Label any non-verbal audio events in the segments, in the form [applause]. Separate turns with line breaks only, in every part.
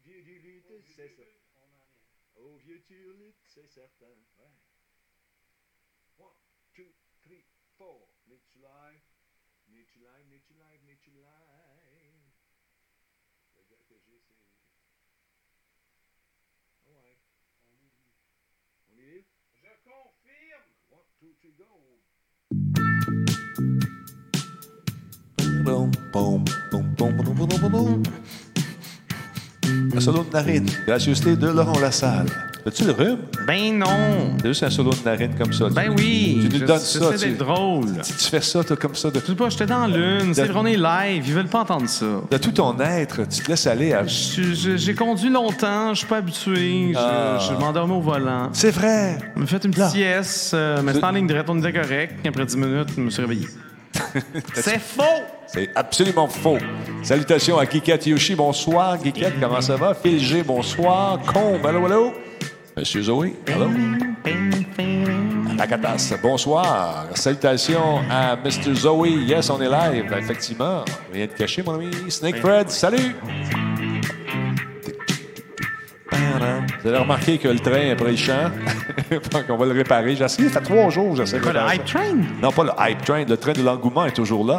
Turlutte, c'est ça. Au vieux Turlutte, c'est certain. Ouais. One, two, three, four. N'est-tu live? N'est-tu live? N'est-tu live? N'est-tu live? Le gars que j'ai, c'est... Ah Ouais. On est libre?
Je confirme.
One, two, three, go!
Un solo de narine. Gracieuseté de Laurent Lassalle. As-tu le rhume?
Ben non!
T'as juste un solo de narine comme ça.
Ben
Tu-
oui!
Tu
je-
nous donnes ça.
j'essaie
Tu,
d'être drôle.
si tu fais ça, t'as comme ça. De,
Je sais pas, j'étais dans l'une, c'est vrai, on est live, ils veulent pas entendre ça.
de tout ton être, tu te laisses aller à.
Je- je- J'ai conduit longtemps, je suis pas habitué, je,
Ah.
je m'endormais au volant.
C'est vrai!
Je me fait une
Là.
petite sieste, euh, mais c'était en ligne droite, on était correct. Après 10 minutes, je me suis réveillé. c'est faux!
C'est absolument faux. Salutations à Geekette Yoshi. Bonsoir, Geekette. Comment ça va? Phil G, bonsoir. Combe, allô, allô? Monsieur Zoé, allô? Takatas, bonsoir. Salutations à Mr. Zoé. Yes, on est live, effectivement. Rien de caché, mon ami. Snake Fred, salut! Vous avez remarqué que le train a pris le [laughs] champ. Donc, on va le réparer. J'ai essayé, ça fait trois jours, j'essaie de
Quoi, le
faire
hype
ça.
train?
Non, pas le hype train. Le train de l'engouement est toujours là.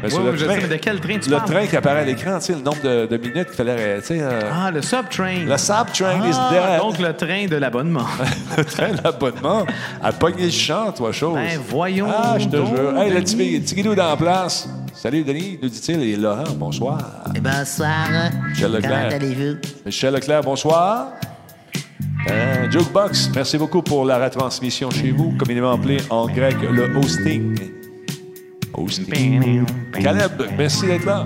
Parce que
Oui,
le
oui, je
train-
sais, mais de quel train tu
Le
parles?
train qui apparaît à l'écran, tu sais, le nombre de, de minutes qu'il fallait... tu sais, euh,
Ah, le subtrain.
Le sub-train is
Ah,
dead.
donc le train
[laughs]
de l'abonnement.
le train d'abonnement a pogné le champ, toi, chose.
Ben, voyons
Ah, je te
donc,
jure. Hey, le
Denis.
petit le petit guidou dans la place. Salut, Denis, nous dit-il. Et Laurent, bonsoir.
Bonsoir.
Michel Leclerc.
Comment allez-vous?
Michel Leclerc, bonsoir. Euh, Jukebox, merci beaucoup pour la retransmission chez vous, communément appelé en grec le hosting. Hosting. Caleb, merci d'être là.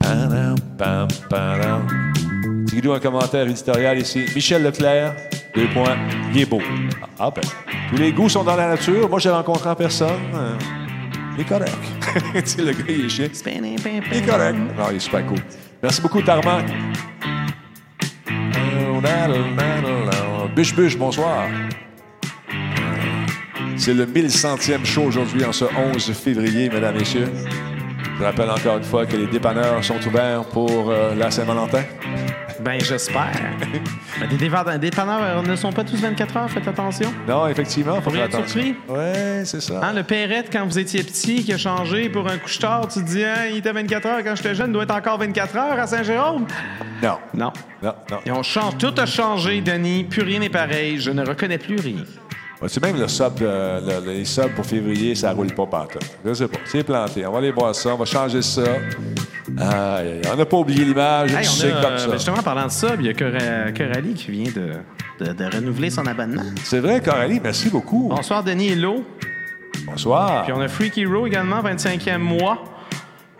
Padam, pam, padam. Petit guidou, un commentaire éditorial ici. Michel Leclerc, deux points, il est beau. Ah ah ben, tous les goûts sont dans la nature. Moi, je l'ai rencontré en personne. Euh, Il est correct. [laughs] tu sais, le gars, il est chien. Il est correct. Non, il est super cool. Merci beaucoup, Tarmac. Bûche Bûche, bonsoir. C'est le 1100e show aujourd'hui, en ce 11 février, mesdames, messieurs. Je rappelle encore une fois que les dépanneurs sont ouverts pour euh, la Saint-Valentin.
Ben, j'espère. Mais des dévendeurs- des dépanneurs euh, ne sont pas tous 24 heures, faites attention.
Non, effectivement, faut
Pour
faire
rien être
attention.
surpris.
Ouais, c'est ça.
Hein, le Perrette, quand vous étiez petit, qui a changé pour un couche-tard, tu te dis, hein, il était 24 heures quand j'étais jeune, il doit être encore 24 heures à Saint-Jérôme.
Non,
Non.
non, non.
Et on change, tout a changé, Denis. Plus rien n'est pareil. Je ne reconnais plus rien.
Tu même le sub, euh, le- les subs pour février, ça roule pas pantoute. Je sais pas. C'est planté. On va aller voir ça. On va changer ça. Aïe, aïe, on n'a pas oublié l'image.
Hey,
tu
on
sais
a,
comme
euh,
ça.
ben, justement, en parlant de ça, il y a Cora- Coralie qui vient de, de- de renouveler son abonnement.
C'est vrai, Coralie, merci beaucoup.
Bonsoir, Denis et Lo.
Bonsoir.
Puis on a Freaky Row également, 25e mois.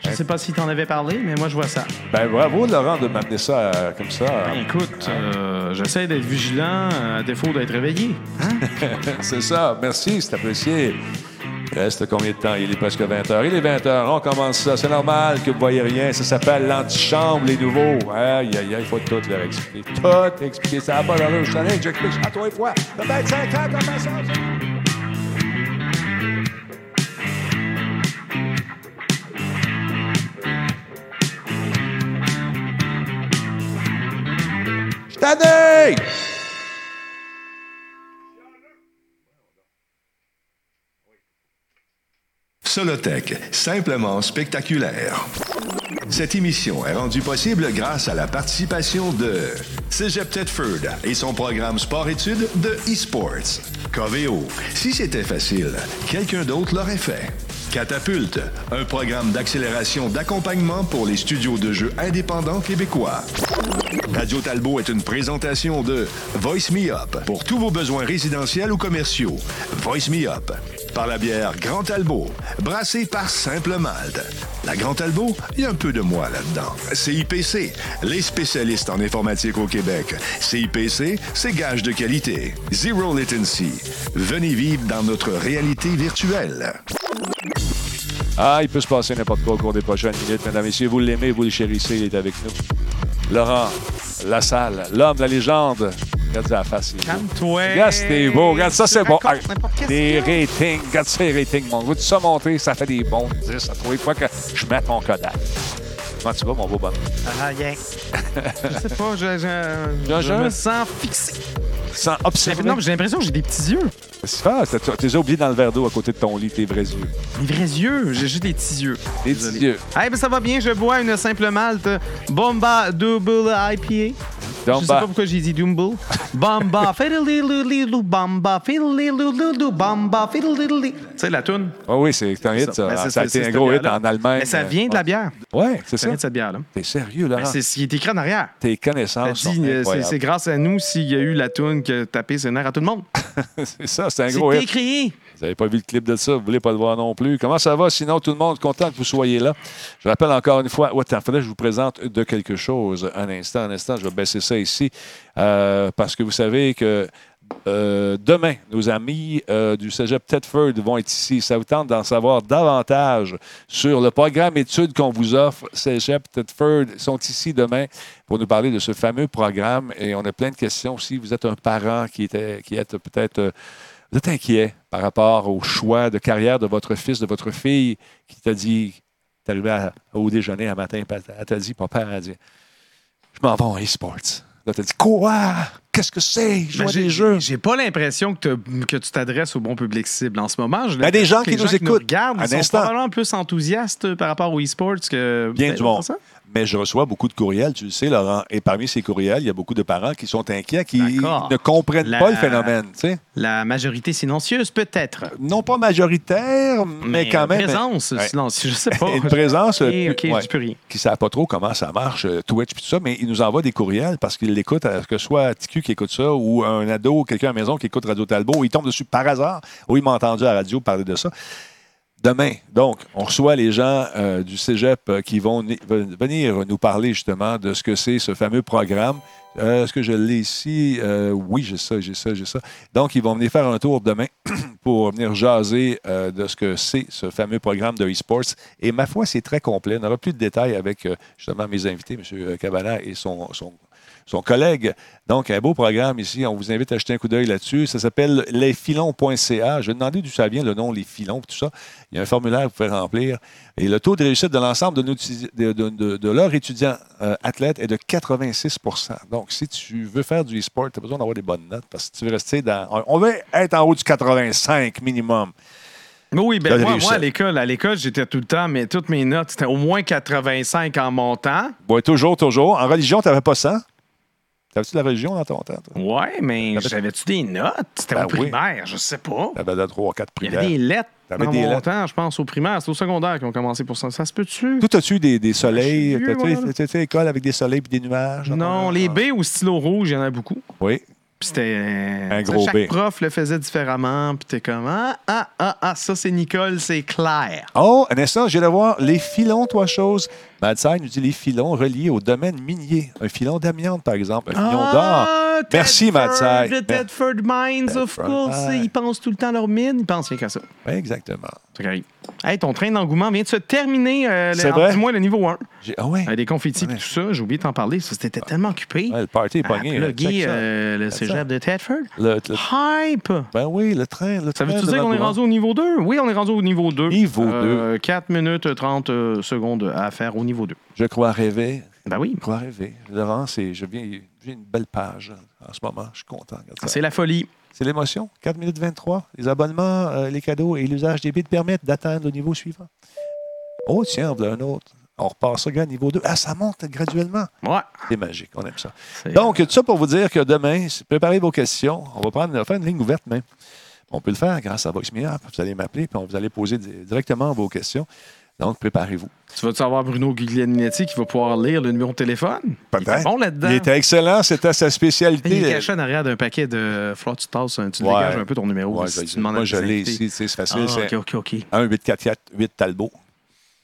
Je ne sais pas si t'en avais parlé, mais moi, je vois ça.
Ben, bravo, Laurent, de m'amener ça euh, comme ça.
Ben, écoute, euh, j'essaie d'être vigilant euh, à défaut d'être réveillé.
[laughs] C'est ça. Merci, c'est apprécié. Il Reste combien de temps? Il est presque 20 h Il est 20 h On commence ça. C'est normal que vous voyez rien. Ça s'appelle l'antichambre, les nouveaux. Aïe, aïe, aïe, il faut tout leur expliquer. Tout expliquer. Ça n'a pas d'allure. Je t'en ai, j'explique à toi et fois. Ça fait 25 ans comme ça. Je t'en ai!
Solotech, simplement spectaculaire. Cette émission est rendue possible grâce à la participation de Cégep Thetford et son programme sport-études de e-sports. Coveo, si c'était facile, quelqu'un d'autre l'aurait fait. Catapulte, un programme d'accélération d'accompagnement pour les studios de jeux indépendants québécois. Radio Talbot est une présentation de Voice Me Up pour tous vos besoins résidentiels ou commerciaux. Voice Me Up par la bière Grand Talbot, brassée par Simple Malte. La Grand Talbot, il y a un peu de moi là-dedans. CIPC, les spécialistes en informatique au Québec. CIPC, c'est gage de qualité. Zero latency. Venez vivre dans notre réalité virtuelle.
Ah, il peut se passer n'importe quoi au cours des prochaines minutes, mesdames et messieurs. Vous l'aimez, vous le chérissez, il est avec nous. Laurent, la salle, l'homme, la légende. Regarde ça à la face. il est beau.
Calme-toi.
Regarde, c'était beau. Regarde, ça,
Tu
c'est bon.
racontes n'importe
Ah,
qu'est-ce
Des
qu'il y
ratings. Regarde ça, les ratings, mon gars. Tout ça monter, ça fait des bons 10 à tous les fois que je mets ton Kodak. Comment tu vas, mon beau bonhomme?
Ah, yeah. [laughs] je sais pas, je, je- je
Jean-Jean?
me sens fixé.
Sans
J'ai-
observer.
Non, mais j'ai l'impression que j'ai des petits yeux.
Ah, t'as- t'as- t'es déjà oublié dans le verre d'eau à côté de ton lit, tes vrais yeux.
Des vrais yeux. J'ai juste des petits yeux.
Tes
Désolé.
yeux.
Eh ben, ça va bien. Je bois une simple malte Bomba Double IPA.
Donc,
Je sais pas
bah,
pourquoi j'ai dit Dumble. Bamba, fiddle-diddle-diddle, bamba, fiddle-diddle-diddle, bamba, fiddle-diddle-diddle. Tu sais, la toune.
Ah oui, c'est un hit,
Ça, ben,
ça.
c'est-
Ça a
c'est-
été un
c'est
gros
cette
hit
bière-là.
en Allemagne. euh,
Mais ça vient de la bière.
Ouais, c'est
Ça
ça. Ah.
vient de cette bière-là.
T'es sérieux, là.
Ben, c'est ce qui est écrit en arrière.
Tes
Ben,
connaissances
dis,
sont
euh, c'est- c'est
incroyables.
grâce à nous s'il y a eu la toune que tapé ses nerfs à tout le monde.
[laughs]
Ben,
C'est ça, c'est un
C'est
gros hit.
écrit.
Vous n'avez pas vu le clip de ça, vous voulez pas le voir non plus. Comment ça va? Sinon, tout le monde content que vous soyez là. Je rappelle encore une fois, ouais, attends, faudrait que je vous présente de quelque chose. Un instant, un instant, je vais baisser ça ici. Euh, parce que vous savez que euh, demain, nos amis euh, du Cégep Thetford vont être ici. Ça vous tente d'en savoir davantage sur le programme études qu'on vous offre. Cégep Thetford sont ici demain pour nous parler de ce fameux programme. Et on a plein de questions. Si vous êtes un parent qui, était, qui est peut-être... euh, vous êtes inquiet par rapport au choix de carrière de votre fils, de votre fille, qui t'a dit, t'es arrivé à- au déjeuner un matin, puis elle t'a dit, papa, elle a dit, je m'en vais en e-sports. Là, t'as dit, quoi? Qu'est-ce que c'est? Je
Ben,
vois
j'ai-
des jeux.
J'ai pas l'impression que, t'as- que tu t'adresses au bon public cible en ce moment. Je-
Ben, des gens qui
les
nous écoutent,
regardent,
à
ils sont
l'instant.
probablement plus enthousiastes par rapport aux e-sports que.
Bien
Ben,
du monde.
ça.
Mais je reçois beaucoup de courriels, tu le sais, Laurent. Et parmi ces courriels, il y a beaucoup de parents qui sont inquiets, qui
D'accord.
ne comprennent
La-
pas le phénomène. tu sais.
La majorité silencieuse, peut-être.
Non pas majoritaire, mais, quand même.
Une euh, présence
Ouais.
silencieuse, je sais pas.
[laughs] Une présence.
Ok,
euh,
ok,
ouais.
je peux rien.
qui ne savent pas trop comment ça marche, euh, Twitch puis tout ça, mais ils nous envoient des courriels parce qu'ils l'écoutent, euh, que ce soit TQ qui écoute ça ou un ado, quelqu'un à la maison qui écoute Radio Talbot, ils tombent dessus par hasard ou ils m'ont entendu à la radio parler de ça. Demain, donc, on reçoit les gens euh, du cégep euh, qui vont ni- ven- venir nous parler justement de ce que c'est ce fameux programme. Euh, Est-ce que je l'ai ici? Euh, oui, j'ai ça, j'ai ça, j'ai ça. Donc, ils vont venir faire un tour demain pour venir jaser euh, de ce que c'est ce fameux programme de e-sports. Et ma foi, c'est très complet. On n'aura plus de détails avec euh, justement mes invités, M. Cabana et son, son, son collègue. Donc, un beau programme ici. On vous invite à jeter un coup d'œil là-dessus. Ça s'appelle lesfilons.ca. Je vais demander d'où ça vient le nom, les filons, tout ça. Il y a un formulaire que vous pouvez remplir. Et le taux de réussite de l'ensemble de, nos étudi- de, de- de- de leurs étudiants euh, athlètes est de 86 Donc, si tu veux faire du e-sport, tu as besoin d'avoir des bonnes notes parce que si tu veux rester dans. on- On veut être en haut du 85 minimum.
Oui,
T'as
ben moi,
réussi.
moi, à l'école, à l'école, j'étais tout le temps, mais toutes mes notes, c'était au moins 85 en montant.
Ouais, toujours, toujours. En religion, tu n'avais pas 100. T'avais-tu de la religion dans ton temps? toi?
Ouais, mais
T'avais-
j'avais-tu des notes? C'était
Ben
au
oui.
primaire, je sais pas.
T'avais de 3 4
Il y
primaires.
avait des lettres
T'avais
dans
des
mon
lettres.
temps, je pense, au primaire. C'est au secondaire qu'ils ont commencé pour ça. Ça se peut-tu?
Tout as-tu des, des soleils?
Ah, Je suis vieux,
T'as-tu
voilà.
t'as-tu fait école avec des soleils puis des nuages?
Non, les B au stylo rouge, il y en a beaucoup.
Oui.
Puis c'était. Un
gros
Chaque
B.
prof le faisait différemment. Puis t'es comme, ah, ah, ah, ah, ça c'est Nicole, c'est Claire.
Oh, un instant, j'ai de voir les filons, trois choses. Madside nous dit les filons reliés au domaine minier. Un filon d'amiante, par exemple, un filon d'or.
Ah,
Merci,
Tedford,
Matsai. Ben,
The Tedford Mines, of
Tedford
course.
Mines.
Ils pensent tout le temps à leur mine. Ils pensent rien qu'à ça.
Ouais, exactement.
C'est correct. Hey, ton train d'engouement vient de se terminer. euh,
C'est
le, en-
vrai?
Dis-moi le niveau 1.
J'ai- Ah ouais.
Euh, des confettis
Ouais.
et tout ça. J'ai oublié de t'en parler. Ça, c'était tellement occupé.
Ouais, le party est
à
pogné. là.
plugger,
Check ça.
euh, le
ça.
cégep de Tedford.
Le- le-
Hype!
ben oui, le train. Le
Ça
train
veut-tu
de
dire qu'on est
l'endroit.
rendu au niveau 2? Oui, on est rendu au niveau 2.
Niveau
4 minutes 30 euh, secondes à faire au niveau 2.
Je crois rêver.
Ben oui,
Je crois rêver. Laurent, c'est- je viens, j'ai une belle page en ce moment. Je suis content. Regarde ça.
Ah, c'est la folie.
C'est l'émotion. 4 minutes 23. Les abonnements, euh, les cadeaux et l'usage des bits permettent d'atteindre le niveau suivant. Oh, tiens, voilà un autre. On repart ça, regarde, niveau 2. Ah, ça monte graduellement.
Ouais.
C'est magique, on aime ça.
C'est-
Donc, tout ça pour vous dire que demain, c'est- préparez vos questions. On va prendre, on va faire une ligne ouverte, même. On peut le faire grâce à Voice Me Up. Vous allez m'appeler, puis on vous allez poser di- directement vos questions. Donc, préparez-vous.
Tu vas-tu avoir Bruno Guglielminetti qui va pouvoir lire le numéro de téléphone? Il
Peut-être.
était bon là-dedans.
Il était excellent, c'était sa spécialité.
Il est caché en arrière d'un paquet de Fleur, tu tasses, hein, tu
Ouais.
dégages un peu ton
Ouais,
numéro.
je-
si tu demandes à
moi,
tes
je l'ai
invités.
ici, tu sais, c'est
Ah,
facile.
ok,
c'est
ok, ok.
1 8 4 4 8 Talbot.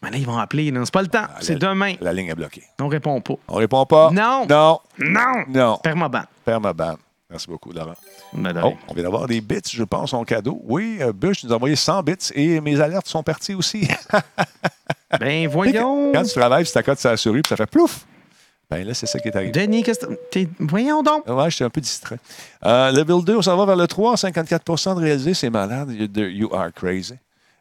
Mais là, ils vont appeler. là. C'est pas le temps.
Ah,
C'est
la-
demain.
La ligne est bloquée.
On répond pas.
On répond pas?
Non.
Non.
Non!
Non.
Permaban.
Permaban. Merci beaucoup, Laurent.
Ben, de
Oh,
rien.
on vient d'avoir des bits, je pense, en cadeau. Oui, euh, Bush nous a envoyé 100 bits et mes alertes sont parties aussi. [laughs]
Ben
Tu sais, quand-
voyons.
[laughs] Quand tu travailles, puis ta cote sur la souris, puis ça fait plouf. Ben là, c'est ça qui est arrivé.
Denis, qu'est-ce que t'es- Voyons donc.
Ouais, j'étais un peu distrait. Euh, level 2, on s'en va vers le 3. 54 de réalisé, c'est malade. You, de- you are crazy.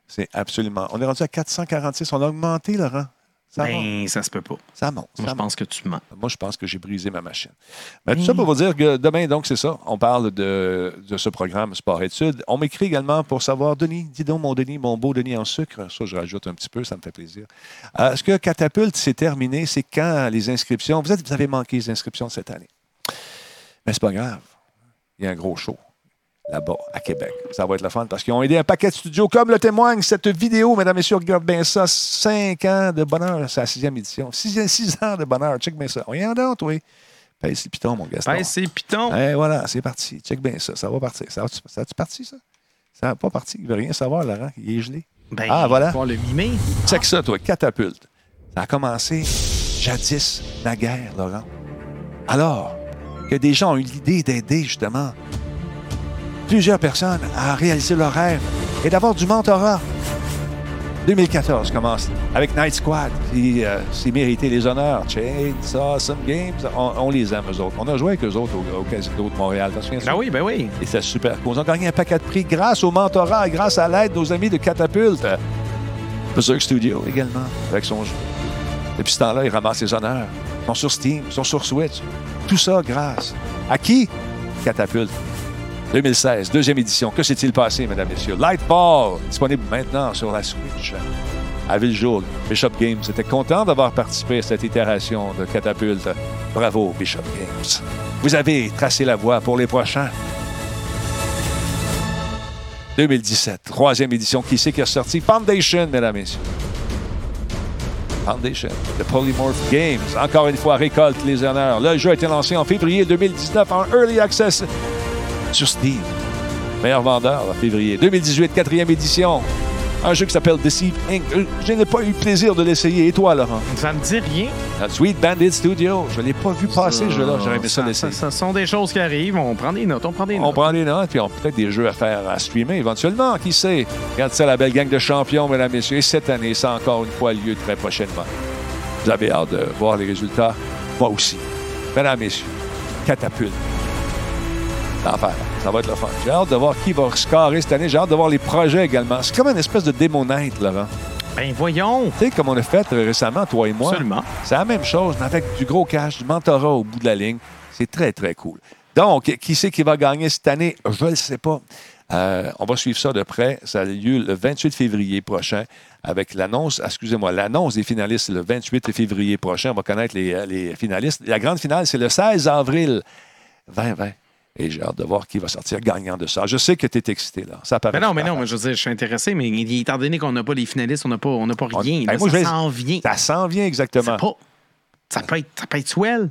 C'est absolument. On est rendu à 446. On a augmenté, Laurent. Ça monte.
Ben, ça se peut pas.
Ça monte.
Moi,
ça
je pense que tu mens.
Moi, je pense que j'ai brisé ma machine. Mais tout ça pour vous dire que demain, donc, c'est ça. On parle de, de ce programme Sport-Études. On m'écrit également pour savoir, Denis, dis donc, mon Denis, mon beau Denis en sucre. Ça, je rajoute un petit peu, ça me fait plaisir. Euh, Est-ce que Catapulte, c'est terminé? C'est quand les inscriptions? Vous, êtes, vous avez manqué les inscriptions de cette année. Mais c'est pas grave. Il y a un gros show là-bas, à Québec. Ça va être le fun parce qu'ils ont aidé un paquet de studios, comme le témoigne cette vidéo, mesdames et messieurs. Regarde bien ça. Cinq ans de bonheur, c'est la sixième édition. Six, six ans de bonheur, check bien ça. On y en d'autre, oui. Pèse les pitons, mon Gaston.
Ben, c'est piton.
Eh, voilà, c'est parti. Check bien ça. Ça va partir. Ça va-tu- ça a-tu parti, ça? Ça n'a pas parti. Il veut rien savoir, Laurent. Il est gelé.
Ben,
Ah, voilà.
Pour le mimer.
Check ça, toi, catapulte. Ça a commencé jadis la guerre, Laurent. Alors que des gens ont eu l'idée d'aider, justement, plusieurs personnes à réaliser leur rêve et d'avoir du mentorat. 2014 commence avec Night Squad qui euh, s'est mérité les honneurs. Chainsaw, Some Games, on, on les aime, eux autres. On a joué avec eux autres au, au Casino de Montréal. T'en souviens-tu?
Ben oui, ben oui.
Et c'est super cool. Ils ont gagné un paquet de prix grâce au mentorat et grâce à l'aide de nos amis de Catapulte. Berserk Studio également, avec son jeu. Depuis ce temps-là, ils ramassent les honneurs. Ils sont sur Steam, ils sont sur Switch. Tout ça grâce à qui? Catapulte. 2016, deuxième édition. Que s'est-il passé, mesdames, messieurs? Lightball, disponible maintenant sur la Switch. À Villejour, Bishop Games était content d'avoir participé à cette itération de Catapulte. Bravo, Bishop Games. Vous avez tracé la voie pour les prochains. 2017, troisième édition. Qui c'est qui a sorti? Foundation, mesdames et messieurs. Foundation, The Polymorph Games, encore une fois, récolte les honneurs. Le jeu a été lancé en février 2019 en Early Access sur Steam. Meilleur vendeur en février 2018, quatrième édition. Un jeu qui s'appelle Deceive Inc. Euh, Je n'ai pas eu le plaisir de l'essayer. Et toi, Laurent?
Ça me dit rien.
Dans Sweet Bandit Studio. Je ne l'ai pas vu passer, ce jeu-là. Ah, J'aurais aimé ça l'essayer.
Ça, ça sont des choses qui arrivent. On prend des notes, on prend des
On
notes.
prend des notes, puis on a peut-être des jeux à faire à streamer éventuellement, qui sait. Regarde ça, la belle gang de champions, mesdames, messieurs. Et cette année, ça a encore une fois lieu très prochainement. Vous avez hâte de voir les résultats. Moi aussi. Mesdames, messieurs, catapulte. L'enfer. Ça va être le fun. J'ai hâte de voir qui va scorer cette année. J'ai hâte de voir les projets également. C'est comme une espèce de démo night, Laurent.
Ben voyons.
Tu sais, comme on a fait euh, récemment, toi et moi.
Absolument.
C'est la même chose, mais avec du gros cash, du mentorat au bout de la ligne. C'est très, très cool. Donc, qui c'est qui va gagner cette année? Je ne le sais pas. Euh, on va suivre ça de près. Ça a lieu le 28 février prochain avec l'annonce, excusez-moi, l'annonce des finalistes le 28 février prochain. On va connaître les, euh, les finalistes. La grande finale, c'est le 16 avril 2020. Et j'ai hâte de voir qui va sortir gagnant de ça. Je sais que tu es excité, là. Ça paraît.
Ben non, mais non, mais je veux dire, je suis intéressé, mais étant donné qu'on n'a pas les finalistes, on n'a pas, on n'a pas
On-
rien.
Hey,
là,
moi, je
ça
vais-
s'en vient.
Ça s'en vient exactement.
C'est pas- Ça peut être, ça peut être swell.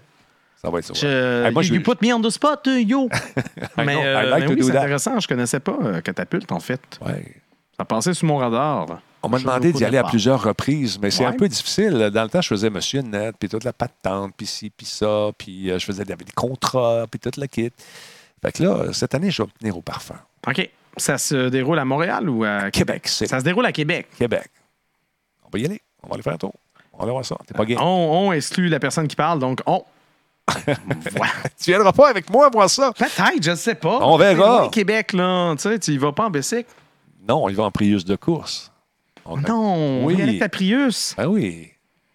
Ça va être ça.
Je-
Hey, Ben, moi,
you,
je-
you put me on the spot, uh, yo.
[laughs] I
mais
know, I
euh,
like
mais
to
oui,
do
c'est
that.
intéressant. Je connaissais pas euh, Catapulte, en fait.
Ouais.
Ça passait sous mon radar. là.
On m'a
Je
demandé
veux pas
d'y aller à
de part.
plusieurs reprises, mais c'est
Ouais.
un peu difficile. Dans le temps, je faisais Monsieur Net, puis toute la patente, puis ci, puis ça, puis euh, je faisais des des contrats, puis toute la kit. Fait que là, cette année, je vais me tenir au parfum.
OK. Ça se déroule à Montréal ou à
Québec, c'est
Ça se déroule à Québec.
Québec. On va y aller. On va aller faire un tour. On va aller voir ça. T'es pas gay.
On, on exclut la personne qui parle, donc on. Voilà.
Tu viendras pas avec moi voir ça.
Peut-être, je ne sais pas.
On verra.
C'est loin, Québec, là. Tu sais, tu y vas pas en bicycle.
Non, il va en Prius de course. On-
Non,
Oui.
oui. avec ta Prius.
Ben oui.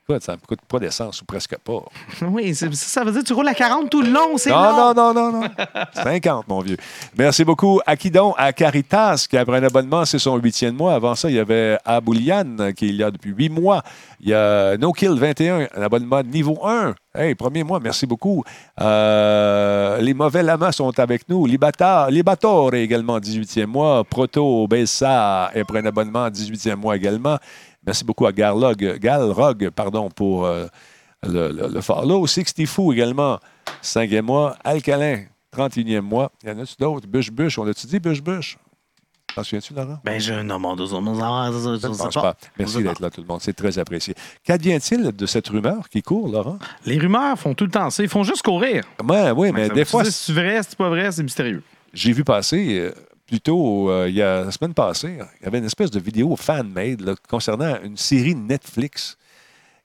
Écoute, ça me coûte pas d'essence ou presque pas.
Oui, c'est- ça, ça veut dire que tu roules à 40 tout le long, c'est long.
Non, non, non, non, non. 50, mon vieux. Merci beaucoup. À qui donc? À Caritas, qui après un abonnement, c'est son huitième mois. Avant ça, il y avait Aboulian, qui est là depuis huit mois. Il y a No Kill 21, un abonnement de niveau 1. Hey, premier mois, merci beaucoup. Euh, les mauvais lamas sont avec nous. Libata, Libator est également 18e mois. Proto Bessa est après un abonnement 18e mois également. Merci beaucoup à Garlog, Galrog pardon, pour euh, le, le, le follow. Sixty Fou également, 5e mois. Alcalin, 31e mois. Il y en a-tu d'autres? Bush Bush, on a-tu dit Bush Bush? T'en souviens-tu, Laurent?
Ben, je non, mon Dieu, je ne
Je ne
sais
pense
pas.
pas.
Je sais
Merci
pas.
d'être là, tout le monde. C'est très apprécié. Qu'advient-il de cette rumeur qui court, Laurent?
Les rumeurs font tout le temps ça. Ils font juste courir.
Ouais, oui, mais
Ben, Ça veut
des fois,
dire si c'est vrai, si c'est pas vrai, c'est mystérieux.
j'ai vu passer euh, plus tôt, euh, il y a, la semaine passée, il y avait une espèce de vidéo fan-made là, concernant une série Netflix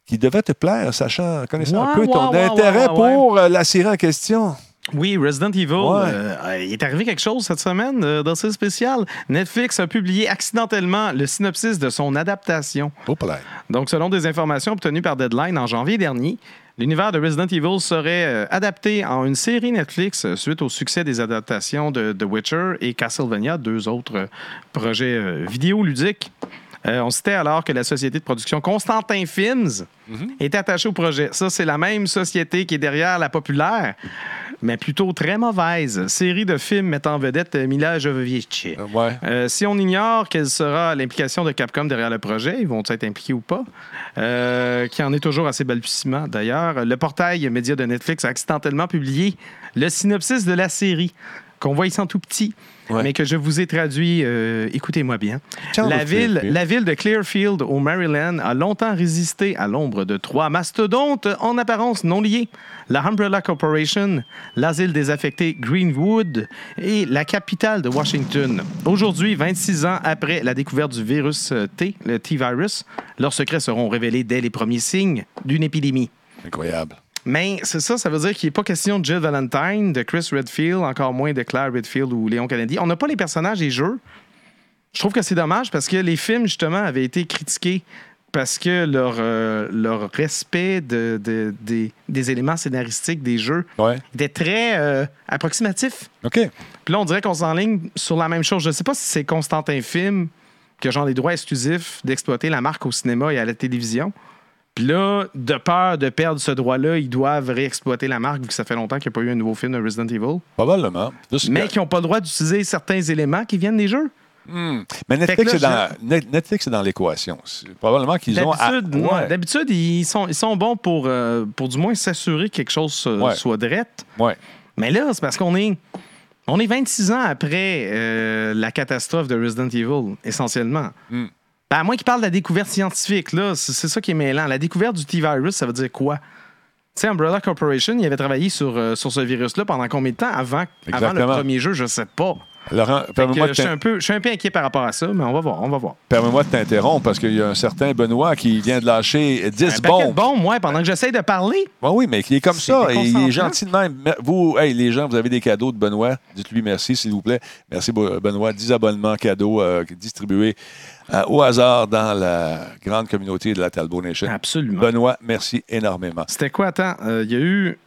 qui devait te plaire, sachant, connaissant un
Ouais,
peu
ouais,
ton
ouais,
intérêt
ouais, ouais, ouais.
pour euh, la série en question.
Oui, Resident Evil.
Ouais.
euh, il est arrivé quelque chose cette semaine euh, dans ce spécial. Netflix a publié accidentellement le synopsis de son adaptation.
Hop là.
Donc, selon des informations obtenues par Deadline en janvier dernier, l'univers de Resident Evil serait euh, adapté en une série Netflix euh, suite au succès des adaptations de The Witcher et Castlevania, deux autres euh, projets euh, vidéoludiques. Euh, on citait alors que la société de production Constantin Films est attachée au projet. Ça, c'est la même société qui est derrière la populaire, mais plutôt très mauvaise série de films mettant en vedette euh, Mila Jovovich.
Euh, Ouais.
Euh, si on ignore quelle sera l'implication de Capcom derrière le projet, ils vont être impliqués ou pas, euh, qui en est toujours assez balbutiement d'ailleurs, le portail média de Netflix a accidentellement publié le synopsis de la série, qu'on voit ici en tout petit,
Ouais.
mais que je vous ai traduit, euh, écoutez-moi bien.
Ciao,
La ville,
Philippe.
la ville de Clearfield, au Maryland, a longtemps résisté à l'ombre de trois mastodontes en apparence non liés la Umbrella Corporation, l'asile désaffecté Greenwood et la capitale de Washington. Aujourd'hui, 26 ans après la découverte du virus euh, T, le T-virus, leurs secrets seront révélés dès les premiers signes d'une épidémie.
Incroyable.
Mais c'est ça, ça veut dire qu'il n'est pas question de Jill Valentine, de Chris Redfield, encore moins de Claire Redfield ou Léon Kennedy. On n'a pas les personnages et jeux. Je trouve que c'est dommage parce que les films, justement, avaient été critiqués parce que leur, euh, leur respect de, de- des, des éléments scénaristiques des jeux
Ouais.
était très euh, approximatif.
OK.
Puis là, on dirait qu'on s'enligne sur la même chose. Je ne sais pas si c'est Constantin Film qui a genre les droits exclusifs d'exploiter la marque au cinéma et à la télévision. Puis là, de peur de perdre ce droit-là, ils doivent réexploiter la marque vu que ça fait longtemps qu'il n'y a pas eu un nouveau film de Resident Evil.
Probablement. Là, c'est-
Mais qui n'ont pas le droit d'utiliser certains éléments qui viennent des jeux.
Mais Netflix,
Fait
c'est
que là,
dans, Net- Netflix est dans l'équation. C'est Probablement qu'ils ont. à-
D'habitude, ouais,
ouais.
d'habitude, ils, sont, ils sont bons pour, euh, pour du moins s'assurer que quelque chose euh,
Ouais.
soit drette.
ouais.
Mais là, c'est parce qu'on est. On est 26 ans après euh, la catastrophe de Resident Evil, essentiellement.
Mm.
Ben, à moins qu'il parle de la découverte scientifique, là, c'est c'est ça qui est mêlant. La découverte du T-virus, ça veut dire quoi? Tu sais, Umbrella Corporation, il avait travaillé sur, euh, sur ce virus-là pendant combien de temps avant, avant le
Exactement.
premier jeu? Je sais pas.
Laurent,
Que
permets-moi de
je, suis
t'in-
un peu, je suis un peu inquiet par rapport à ça, mais on va voir, on va voir.
permets-moi de t'interrompre parce qu'il y a un certain Benoît qui vient de lâcher 10
Un paquet de
bombes.
bombes, ouais, pendant que j'essaie de parler.
Ouais, oui, mais il est comme
C'est
ça. Et il
déconcentrant.
est gentil de même. Mais Vous, hey, les gens, vous avez des cadeaux de Benoît. Dites-lui merci, s'il vous plaît. Merci, Bo- Benoît. 10 abonnements cadeaux euh, distribués euh, au hasard dans la grande communauté de la Talbot Nation.
Absolument.
Benoît, merci énormément.
C'était quoi? Attends, euh, il y a eu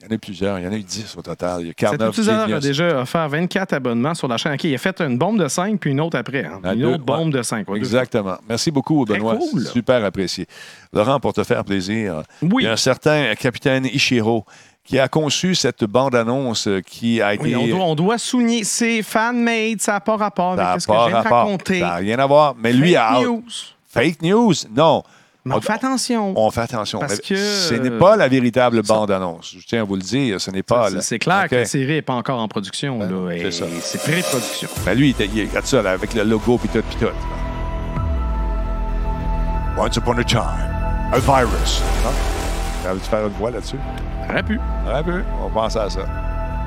Il y en a plusieurs. Il y en a eu 10 au total. Il y a
Cet
49
utilisateur a
génius.
déjà offert 24 abonnements sur la chaîne. OK, il a fait une bombe de 5 puis une autre après. hein.
Ah,
Une
deux,
autre bombe de 5.
Exactement. Merci beaucoup,
Très
Benoît.
cool.
Super apprécié. Laurent, pour te faire plaisir, il
Oui,
y a un certain capitaine Ishiro qui a conçu cette bande-annonce qui a été.
oui, on, doit, on doit souligner. C'est fan-made, ça n'a pas rapport
Ça a
avec ce que
pas
j'ai
rapport.
raconté.
Ça n'a rien à voir. Mais lui
Fake
a hâte.
news.
Fake news? Non.
Mais on fait attention.
On fait attention.
Parce
Mais
que-
Ce n'est pas la véritable bande-annonce. Je tiens à vous le dire. Ce n'est pas.
C'est-
la-
C'est clair
OK. Ben
que la série n'est pas encore en production. là, et
c'est ça.
C'est pré-production.
Ben lui, il était- il regarde ça, là, avec le logo pis tout, pis tout. Once upon a time, a virus. Tu Hein? Ben, faire une voix là-dessus?
Ça aurait pu.
Un peu. On pense à ça.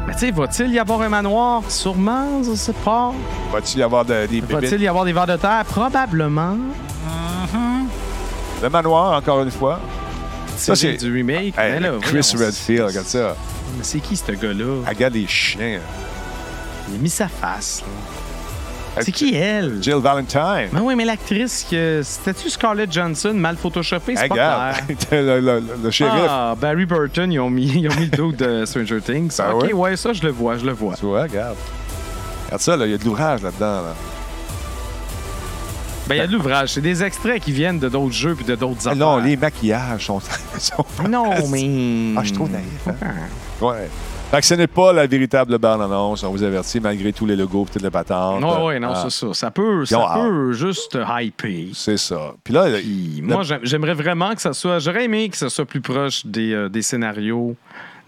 Mais tu sais, va-t-il y avoir un manoir? Sûrement, je sais pas.
Va-t-il y avoir de- des
Va-t-il
pépites?
y avoir des vers de terre? Probablement.
Le manoir, encore une fois.
Ça,
c'est-
c'est du remake.
Hey,
mais Ben là,
Chris
voyons,
Redfield, regarde ça.
Mais c'est qui, ce gars-là?
Regarde les chiens.
Il a mis sa face. là.
Hey,
C'est qui, elle?
Jill Valentine.
Ben oui, mais l'actrice, que c'était-tu Scarlett Johnson mal photoshopée? C'est pas
Regarde.
clair.
le, le- le- le [laughs] shérif.
Ah, Barry Burton, ils ont mis, ils ont mis le dos de Stranger Things.
Ben
ok,
ouais.
ouais. ça, je le vois, je le vois.
Tu vois, regarde. Regarde ça, là, il y a de l'ouvrage là-dedans. là.
Ben, il y a de l'ouvrage. C'est des extraits qui viennent de d'autres jeux puis de d'autres affaires.
Non, les maquillages sont. [laughs] sont
Non, mais.
[laughs] Ah, je suis trop naïf, hein.
Ah.
Ouais. Fait que ce n'est pas la véritable bande-annonce, on vous avertit, malgré tous les logos, peut-être les patentes.
Non, Oh, ouais, non,
Ah,
c'est ça. Ça peut,
Ils ont
ça
hâte.
peut juste hyper.
C'est ça. Puis là,
Puis
euh, la-
moi, j'aim- j'aimerais vraiment que ça soit. J'aurais aimé que ça soit plus proche des, euh, des scénarios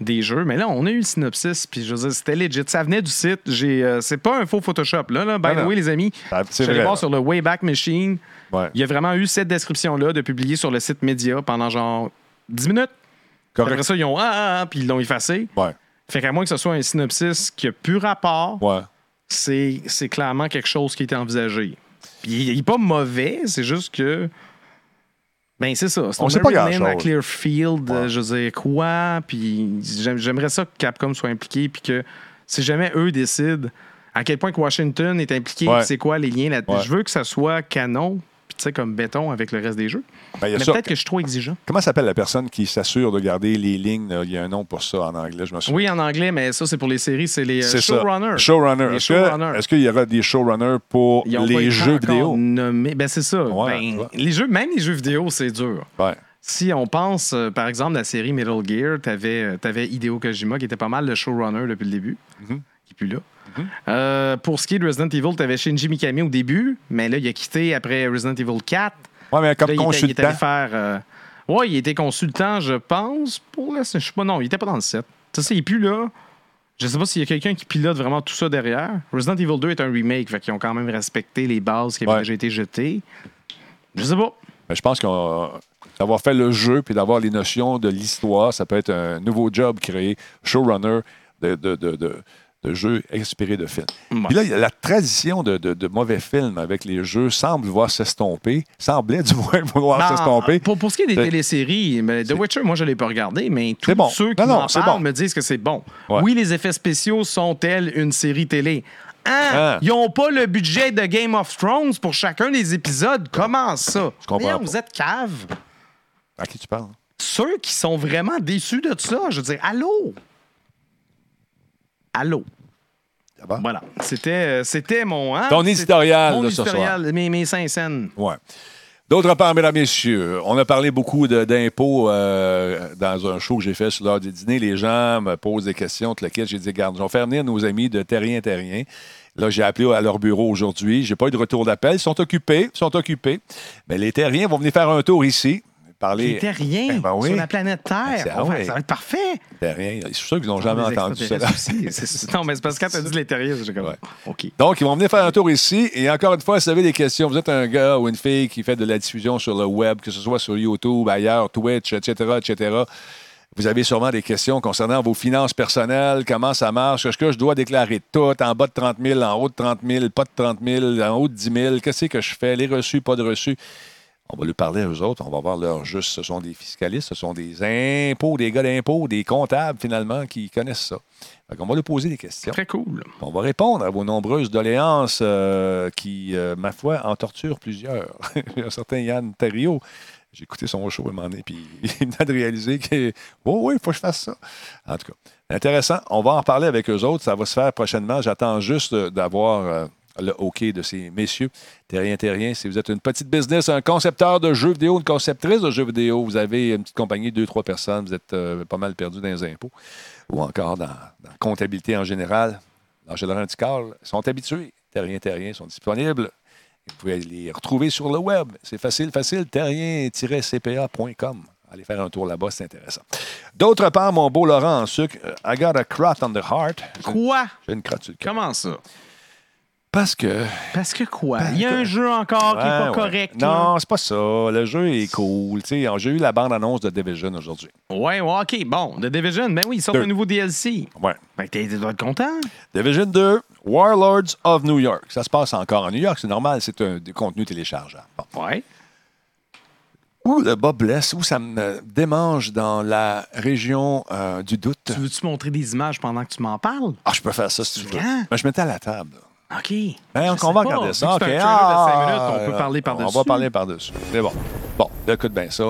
des jeux. Mais là, on a eu le synopsis, puis je veux dire, c'était legit. Ça venait du site. J'ai, euh, c'est pas un faux Photoshop. Là, là. by
Non,
the
non.
way, les amis,
Ah,
je
c'est
suis allé
vrai,
voir
là.
sur le Wayback Machine.
ouais,
Il y a vraiment eu cette description-là de publier sur le site média pendant genre 10 minutes. Après
correct.
ça, ils ont ah, ah, ah, puis ils l'ont effacé.
Ouais,
Fait qu'à moins que ce soit un synopsis qui a plus rapport,
ouais.
c'est, c'est clairement quelque chose qui était envisagé. Puis il n'est pas mauvais, c'est juste que Ben, c'est ça. C'est
On
un
sait pas
Iron Man
grand-chose.
à Clearfield, euh,
Ouais.
je veux dire, quoi? Puis j'aim- j'aimerais ça que Capcom soit impliqué, puis que si jamais eux décident à quel point que Washington est impliqué,
Ouais.
puis c'est quoi les liens là-dedans.
Ouais.
Je veux que ça soit canon, puis tu sais, comme béton avec le reste des jeux.
Ben, il y a
Mais
ça.
peut-être que je suis trop exigeant.
Comment s'appelle la personne qui s'assure de garder les lignes? là? Il y a un nom pour ça en anglais, je me souviens.
Oui, en anglais, mais ça, c'est pour les séries, c'est les euh,
C'est ça.
showrunners.
Showrunner.
Les
Est-ce
showrunners.
que- est-ce qu'il y aura des showrunners pour
Ils ont pas
les
été
jeux
encore
vidéo?
nommés. Ben, c'est ça.
Ouais,
Ben,
tu vois.
les jeux, même les jeux vidéo, c'est dur.
Ouais.
Si on pense, euh, par exemple, la série Metal Gear, t'avais avais Hideo Kojima qui était pas mal le showrunner depuis le début,
Mhm.
qui est plus là.
Mhm.
Euh, pour ce qui est de Resident Evil, t'avais Shinji Mikami au début, mais là, il a quitté après Resident Evil 4.
Ouais, mais
Là,
comme
il était- il est
consultant.
allé faire. euh, Ouais, il était consultant, je pense. Pour la... Je sais pas, non, il était pas dans le set. Tu sais, il est plus là. Je sais pas s'il y a quelqu'un qui pilote vraiment tout ça derrière. Resident Evil 2 est un remake, fait qu'ils ont quand même respecté les bases qui avaient
Ouais.
déjà été jetées. Je sais pas.
Mais je pense qu'on d'avoir fait le jeu puis d'avoir les notions de l'histoire, ça peut être un nouveau job créé, showrunner de, de, de, de, de jeux inspirés de films.
Ouais.
Puis là, il y a la tradition de, de- de mauvais films avec les jeux semble vouloir s'estomper, semblait du moins vouloir
Ben,
s'estomper.
Pour, pour ce qui est des
C'est-
téléséries, mais The Witcher, moi, je l'ai pas regardé, mais tous
Euh, C'est bon.
ceux qui
Non, non,
m'en
c'est
parlent
bon.
me disent que c'est bon.
Ouais.
Oui, les effets spéciaux sont tels une série télé. Hein?
Hein?
Ils ont pas le budget de Game of Thrones pour chacun des épisodes. Comment ça?
Je comprends
Voyons,
pas.
vous êtes cave.
À qui tu parles?
Ceux qui sont vraiment déçus de ça, je veux dire, allô? Allô?
D'abord?
Voilà. C'était euh, c'était mon... hein,
Ton
c'était-
éditorial
Mon
de ce
éditorial, mes, mes cinq scènes.
Ouais. D'autre part, mesdames, messieurs, on a parlé beaucoup de- d'impôts euh, dans un show que j'ai fait sur l'heure du dîner. Les gens me posent des questions, entre lesquelles j'ai dit, garde, je vais faire venir nos amis de Terrien Terrien. Là, j'ai appelé à leur bureau aujourd'hui. J'ai pas eu de retour d'appel. Ils sont occupés, ils sont occupés. Mais les Terriens vont venir faire un tour ici. Parler
C'était rien
Eh ben oui.
sur la planète Terre.
c'est- ah
On va-
oui.
Ça va être parfait.
Terriens. Je suis sûr qu'ils n'ont jamais
Les
entendu ça.
extraterrestres
[laughs]
aussi, c'est ça. non, mais c'est parce que quand t'as dit les terroristes, j'ai comme.
Ouais.
OK.
Donc, ils vont venir faire un tour ici. Et encore une fois, si vous avez des questions, vous êtes un gars ou une fille qui fait de la diffusion sur le web, que ce soit sur YouTube, ailleurs, Twitch, etc., etc., vous avez sûrement des questions concernant vos finances personnelles, comment ça marche, est-ce que je dois déclarer tout en bas de 30 000, en haut de 30 000, pas de 30 000, en haut de 10 000, qu'est-ce que je fais, les reçus, pas de reçus. On va lui parler à eux autres, on va voir leur juste. Ce sont des fiscalistes, ce sont des impôts, des gars d'impôts, des comptables finalement qui connaissent ça. on va lui poser des questions.
Très cool.
On va répondre à vos nombreuses doléances euh, qui, euh, ma foi, en torturent plusieurs. [laughs] Il y a un certain Yann Terrio. J'ai écouté son show à un moment donné, puis [laughs] il venait de réaliser que, oh oui, il faut que je fasse ça. En tout cas, intéressant. On va en parler avec eux autres. Ça va se faire prochainement. J'attends juste euh, d'avoir euh, le OK de ces messieurs. Terrien, terrien, si vous êtes une petite business, un concepteur de jeux vidéo, une conceptrice de jeux vidéo, vous avez une petite compagnie, deux, trois personnes, vous êtes euh, pas mal perdu dans les impôts ou encore dans, dans la comptabilité en général, L'Angèle Laurent Ducal sont habitués. Terrien, terrien sont disponibles. Vous pouvez les retrouver sur le web. C'est facile, facile. Terrien-cpa.com. Allez faire un tour là-bas, c'est intéressant. D'autre part, mon beau Laurent en sucre, euh, I got a crot on the heart. J'ai-
Quoi?
J'ai une crotte sur le cœur.
Comment ça? Ben,
Parce que.
Parce que quoi? Il y a un jeu encore Ah, qui est
Ouais,
pas
ouais.
correct.
Non, c'est pas ça. Le jeu est cool. Tu sais, J'ai eu la bande-annonce de Division aujourd'hui.
là. Ouais, ouais, OK. Bon, The Division, ben oui, ils sortent
Deux.
un nouveau DLC.
Ouais.
Ben, t'es- tu dois être content.
Division 2, Warlords of New York. Ça se passe encore à New York. C'est normal, c'est un du contenu téléchargeable. Bon.
Ouais.
Où le bas blesse, où ça me démange dans la région euh, du doute.
Tu veux-tu montrer des images pendant que tu m'en parles?
Ah, je peux faire ça si tu veux.
Hein?
Mais je mettais à la table.
OK.
Hein,
Je
on
sais
va
pas,
regarder
vu
ça.
que
OK.
c'est un trailer de cinq
Ah,
minutes, on peut parler par-dessus.
On va parler par-dessus. C'est bon. Bon, là, écoute bien ça.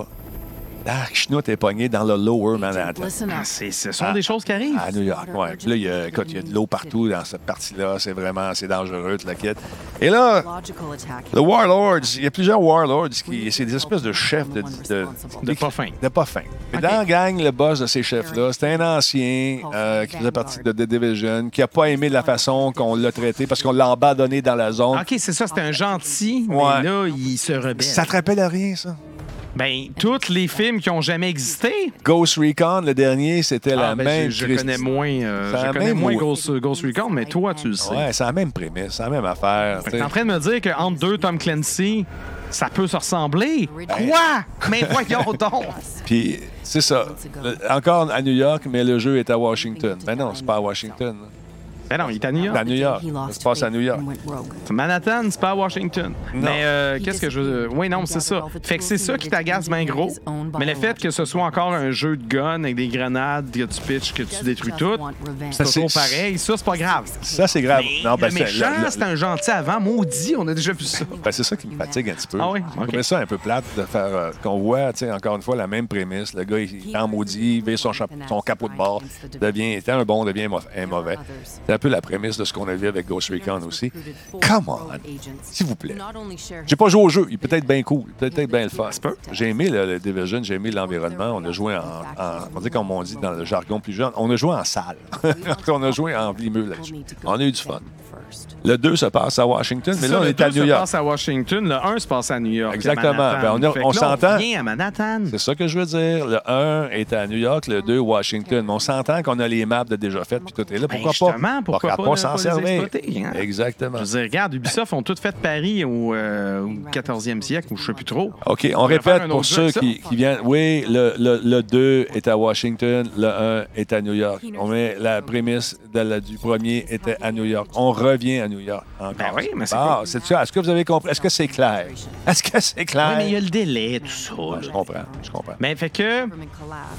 La chenoute est pognée dans le Lower Manhattan.
Listen
Ah,
up.
c'est- ce sont des choses qui arrivent.
À New York, ouais. Puis là, il y a, écoute, il y a de l'eau partout dans cette partie-là. C'est vraiment, c'est dangereux, toute la quête. Et là,
Logical attack.
Le Warlords, il y a plusieurs Warlords qui. C'est des espèces de chefs de. De,
De pas fin.
de pas fin. Mais dans la gang, le boss de ces chefs-là, c'est un ancien euh, qui faisait partie de The Division, qui n'a pas aimé la façon qu'on l'a traité parce qu'on l'a abandonné dans la zone.
OK, c'est ça, c'était un gentil,
Ouais.
mais là, il se rebelle.
Ça te rappelle à rien, ça?
Ben, tous les films qui ont jamais existé,
Ghost Recon, le dernier, c'était la
Ah, ben,
même.
je, je
Christ-
connais moins, euh,
C'est la
je connais
même
moins
ou-
Ghost, Ghost Recon, mais toi, tu le sais.
Ouais, c'est la même prémisse, c'est la même affaire.
Fait que
tu
T'es
sais.
en train de me dire qu'entre deux Tom Clancy, ça peut se ressembler?
Ben-
Quoi? Mais
[laughs]
voyons donc!
Puis, c'est ça. Le- encore à New York, mais le jeu est à Washington. Ben non, c'est pas à Washington.
Ben non, il est à New York.
À New York. Ça se passe à New York.
C'est Manhattan, c'est pas à Washington.
Non.
Mais euh, qu'est-ce que je veux Oui, non, c'est ça. Fait que c'est ça qui t'agace bien gros. Mais le fait que ce soit encore un jeu de gun avec des grenades, que tu pitches, que tu détruis tout, c'est toujours
c'est-
pareil. Ça, c'est pas grave.
Ça, c'est grave. Non, ben,
le
c'est-
méchant,
le- le-
Ah, c'est un gentil avant. Maudit, on a déjà vu [laughs] ça.
Ben, c'est ça qui me fatigue un petit peu.
hein. Ah oui?
Je
Ok.
trouvais ça un peu plate de faire euh, qu'on voit, tu sais, encore une fois, la même prémisse. Le gars, il est en maudit, il vire son, cha- son capot de bord, devient, étant un bon, devient mo- un mauvais. C'est un peu la prémisse de ce qu'on a vu avec Ghost Recon aussi. Come on! S'il vous plaît. J'ai pas joué au [laughs] jeu, il est peut-être bien cool, il est peut-être bien le fun. J'ai aimé le, le Division, j'ai aimé l'environnement. On a joué en, en- on dit comme on dit dans le jargon plus jeune, on a joué en salle. [laughs] on a joué en immeuble là-dessus. On a eu du fun. Le 2 se passe à Washington, mais
Ça,
là, on
le
est à
deux se
New York.
passe à Washington, le 1 se passe à New York.
Exactement.
à Manhattan.
Ben, on a-
Fait
on
que là,
s'entend.
vient à Manhattan.
C'est ça que je veux dire. Le 1 est à New York, le 2 Washington. Mais on s'entend qu'on a les maps de déjà faites, puis tout est là. Pourquoi
Ben,
pas?
justement, pourquoi
pas
pas
s'en
ne pas les
servir?
exploiter, hein?
Exactement.
Je veux dire, regarde, Ubisoft ont tout fait Paris au, euh, au 14e siècle, ou je sais plus trop.
OK, on
faire
répète
un
pour
autre jeu
ceux
avec ça.
qui, qui viennent. Oui, le, le, 2 est à Washington, le 1 est à New York. On met la prémisse de la- du premier était à New York. On revient à New York encore.
Ben oui, mais c'est
Ah, c'est ça. Est-ce que vous avez compris? Est-ce que c'est clair? Est-ce que c'est
Oui,
clair?
mais il y a le délai, tout ça.
Ah, je comprends. Je comprends.
Mais fait
Euh,
que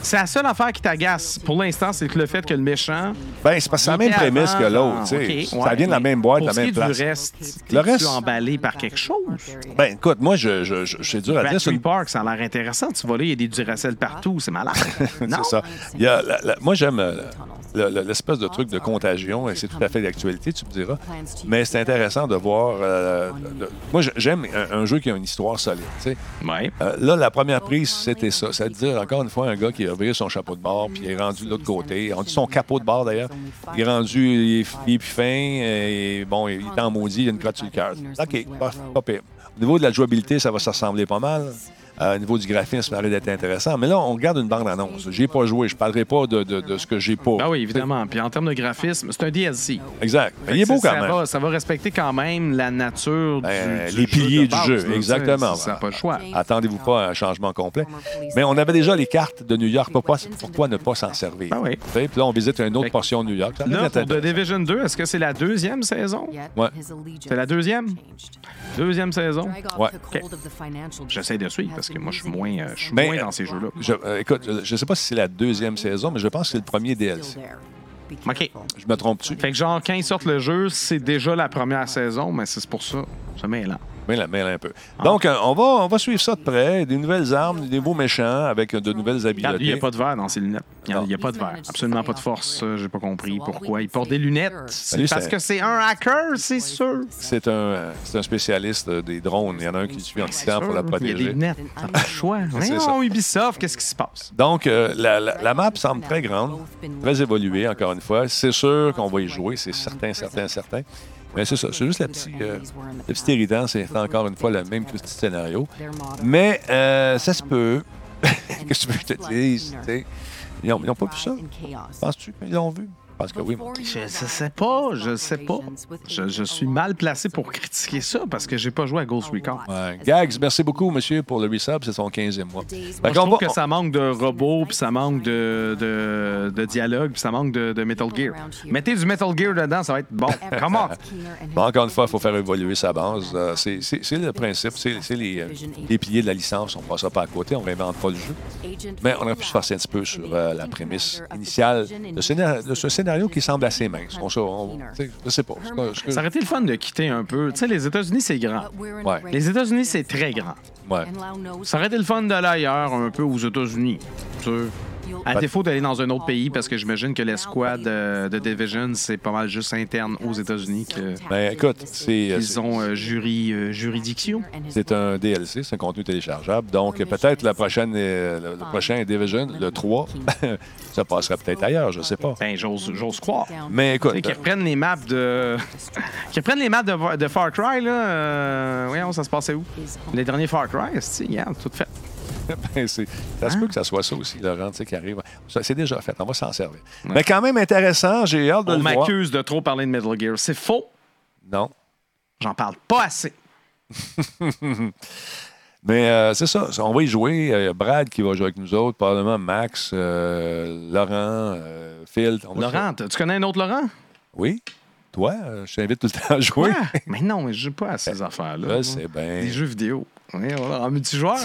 c'est la seule affaire qui t'agace pour l'instant, c'est que le fait que le méchant.
Ben, c'est parce que c'est la même
Littéralement,
prémisse que l'autre.
ah,
tu sais.
ok,
ça
ouais,
vient de la
mais
même boîte, de
pour
la
ce qui
même
est
place.
Du reste,
Le reste-
Tu emballé par quelque chose.
Ben, écoute, moi, je, je, je- c'est dur à dire. c'est
Battery
une-
Park, ça a l'air intéressant. Tu vois là, il y a des duracelles partout, c'est malade. non?
[laughs] C'est ça. Il y a la- la- moi, j'aime euh, le- le- l'espèce de truc de contagion, et c'est tout à fait d'actualité, tu me diras. Mais c'est intéressant de voir. euh, de- moi, je- j'aime un, un jeu qui a une histoire solide. tu sais.
Ouais.
Euh, là, la première prise, c'était ça. Ça veut dire, encore une fois, un gars qui a viré son chapeau de bord, puis il est rendu de l'autre côté. On dit son capot de bord, d'ailleurs. Il est rendu, il est, il est plus fin, et bon, il est en maudit, il a une crotte sur le cœur. OK, pas, pas pire. Au niveau de la jouabilité, ça va se ressembler pas mal. Euh, au niveau du graphisme, ça risque d'être intéressant. Mais là, on regarde une bande-annonce. J'ai pas joué. Je parlerai pas de, de- de ce que j'ai pas.
Ah oui, évidemment. Puis en termes de graphisme, c'est un DLC.
Exact. Mais Ben, il est
Fait que
beau
ça-
quand
ça
même.
Va, ça va respecter quand même la nature du,
Ben,
du
les
jeu de
piliers du
base,
jeu,
là, tu sais,
exactement.
Ça n'a pas le choix.
Attendez-vous pas à un changement complet. Mais on avait déjà les cartes de New York. Pourquoi, pourquoi ne pas s'en servir?
Ah oui.
Tu sais, Puis là, on visite une autre portion de New York. Ça va
Là,
être
pour The
intéressant.
Division 2, est-ce que c'est la deuxième saison?
Ouais.
C'est la deuxième?
Deuxième saison?
Ouais.
J'essaie de suivre parce que moi, je suis moins, euh, je suis
Mais,
moins
euh,
dans ces jeux-là.
Je- euh, écoute, je- je ne sais pas si c'est la deuxième saison, mais je pense que c'est le premier DLC.
OK.
Je me trompe-tu?
Fait que genre, quand ils sortent le jeu, c'est déjà la première saison, mais c'est pour ça. C'est mêlant.
Mets la mêle un peu.
Ah.
Donc, euh, on, va, on va suivre ça de près. Des nouvelles armes, des nouveaux méchants avec euh, de nouvelles
Regarde, il n'y a
habiletés.
pas de verre dans ses lunettes. Il
Non.
n'y a, pas de verre. Absolument pas de force. Ça, J'ai pas compris pourquoi. Il porte des lunettes.
Ben, Lui,
C'est parce
c'est-
que c'est un hacker, c'est sûr.
C'est un, euh, c'est un spécialiste euh, des drones. Il y en a un qui le suit en distant pour la
Il y a des
protéger.
lunettes. T'as pas le choix.
C'est ça.
Non, Ubisoft, qu'est-ce qui se passe?
Donc, euh, la, la- la map semble très grande, très évoluée, encore une fois. C'est sûr qu'on va y joujouer, c'est certain, certain, certain. Mais c'est ça, c'est juste la petite, euh, le petit irritant, c'est encore une fois le même petit scénario. Mais euh, ça se peut. Qu'est-ce que tu veux que je te dise? tu sais? Ils n'ont pas vu ça? Penses-tu qu'ils l'ont vu? Parce que oui. moi.
Je, je sais pas, je sais pas. Je, je suis mal placé pour critiquer ça parce que j'ai pas joué à Ghost Recon.
Ouais. Gags, merci beaucoup, monsieur, pour le resub. C'est son 15e mois. Fait
Moi, je
qu'on
trouve
va-
que ça manque de robots, puis ça manque de, de, de dialogue, puis ça manque de, de Metal Gear. Mettez du Metal Gear dedans, ça va être bon. Comment?
Bon, encore une fois, il faut faire évoluer sa base. Euh, c'est- c'est c'est le principe, c'est c'est les, euh, les piliers de la licence. On ne passe pas à côté, on ne réinvente pas le jeu. Mais on aurait pu se passer un petit peu sur euh, la prémisse initiale de, scénar- de ce scénario qui semble assez mince. On, sait- on, tu sais, je sais pas. c'est pas- je-
Ça aurait été le fun de quitter un peu. Tu sais, les États-Unis, c'est grand.
Ouais.
Les États-Unis, c'est très grand.
ouais.
Ça aurait été le fun d'aller ailleurs, un peu aux États-Unis. Tu sais, À défaut Ah, d'aller dans un autre pays, parce que j'imagine que l'escouade euh, de Division, c'est pas mal juste interne aux États-Unis que-
Ben, écoute, c'est euh,
qu'ils
c'est-
ont euh, jury, euh, juridiction.
c'est un DLC, c'est un contenu téléchargeable. Donc, euh, peut-être la prochaine, euh, le, le prochain Division, le 3, [laughs] ça passera peut-être ailleurs, je sais pas.
Ben, j'ose j'ose croire.
Mais écoute,
Qu'ils reprennent les maps de. [laughs] qu'ils reprennent les maps de, de Far Cry, là. euh, voyons, ça se passait où? Les derniers Far Cry, c'est regarde, tout fait.
[laughs] Ben, c'est- ça se peut que ça soit ça aussi, Laurent, tu sais, qui arrive. Ça, C'est déjà fait, on va s'en servir. Mais quand même intéressant, j'ai hâte de
On
le voir.
m'accuse de trop parler de Metal Gear. C'est faux.
Non.
J'en parle pas assez.
Mais euh, c'est ça, on va y jouer. Euh, Brad qui va jouer avec nous autres, probablement Max, euh, Laurent, euh, Phil. On va
Laurent, t- tu connais un autre Laurent?
jouer. Oui. Toi, euh, je t'invite tout le [laughs] temps à jouer.
Quoi? Mais non, mais je joue pas à ces affaires-là.
Là,
moi.
c'est bien.
Des jeux vidéo. Oui, voilà, En multijoueur,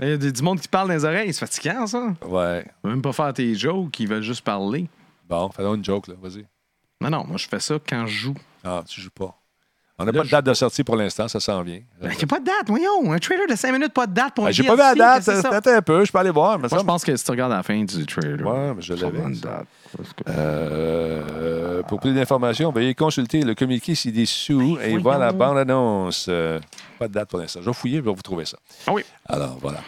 il y a des- du monde qui parle dans les oreilles. C'est fatigant, ça.
Ouais.
Ils veulent même pas faire tes jokes, ils veulent juste parler.
Bon, fais-donc une joke, là. Vas-y.
Non, non, moi, je fais ça quand je joue.
Ah, tu joues pas. On n'a pas de date de sortie pour l'instant, ça s'en vient.
Il n'y a pas de date, voyons. Un trailer de 5 minutes, pas de date pour
Ben,
un
J'ai pas vu la
DLC,
date.
qu'est-ce que c'est ça?
Attends un peu, je peux aller voir. mais
Moi,
ça-
je pense que si tu regardes à la fin du trailer,
Ouais, mais je
ça
l'avais,
donne
ça.
date. Parce que-
Euh, pour plus d'informations, veuillez consulter le communiqué ci-dessous et voir la bande-annonce. Euh, pas de date pour l'instant. Je vais fouiller, je vais vous trouver ça.
Ah oui.
Alors, voilà.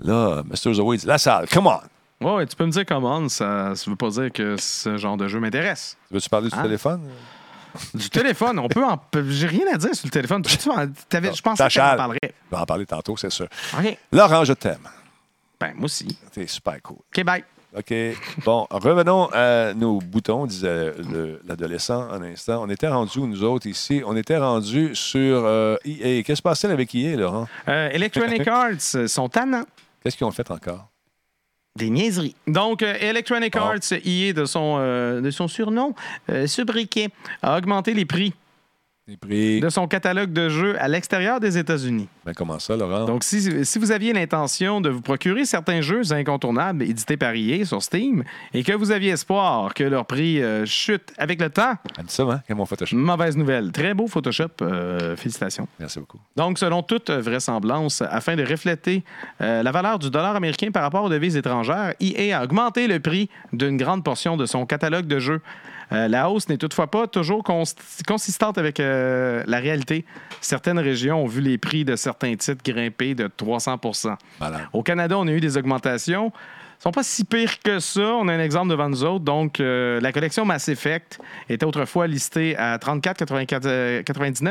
Là, Mr. Zoé dit, la salle, come on!
Ouais, tu peux me dire comment, ça ne veut pas dire que ce genre de jeu m'intéresse.
Veux-tu parler du
Hein?
téléphone?
Du téléphone, on peut en. J'ai rien à dire sur le téléphone. Tu- tu en- t'avais- Je pensais que tu en
T'achales.
parlerais.
Je vais en parler tantôt, c'est sûr.
OK.
Laurent, je t'aime.
Ben, moi aussi.
T'es super cool.
OK, bye.
OK. Bon, revenons à nos boutons, disait le- l'adolescent un instant. On était rendus, où, nous autres, ici, on était rendus sur euh, EA. Qu'est-ce qui se passait avec EA, Laurent?
Euh,
[laughs]
Electronic Arts euh, sont tannants.
Qu'est-ce qu'ils ont fait encore?
Des niaiseries. Donc, euh, Electronic
Bon.
Arts, IE de son, euh, de son surnom, euh, Sobriquet, a augmenté les prix
Les prix.
de son catalogue de jeux à l'extérieur des États-Unis.
Ben, comment ça, Laurent?
Donc, si, si vous aviez l'intention de vous procurer certains jeux incontournables édités par IE sur Steam et que vous aviez espoir que leur prix euh, chute avec le temps,
Elle dit ça, hein? Comment on fait ta chose?
mauvaise nouvelle. Très beau Photoshop. euh, félicitations.
Merci beaucoup.
Donc, selon toute vraisemblance, afin de refléter euh, la valeur du dollar américain par rapport aux devises étrangères, EA a augmenté le prix d'une grande portion de son catalogue de jeux. Euh, la hausse n'est toutefois pas toujours const- consistante avec euh, la réalité. Certaines régions ont vu les prix de certains titres grimper de 300
Malade.
Au Canada, on a eu des augmentations. Ils sont pas si pires que ça. On a un exemple devant nous autres. Donc, euh, la collection Mass Effect était autrefois listée à 34,99.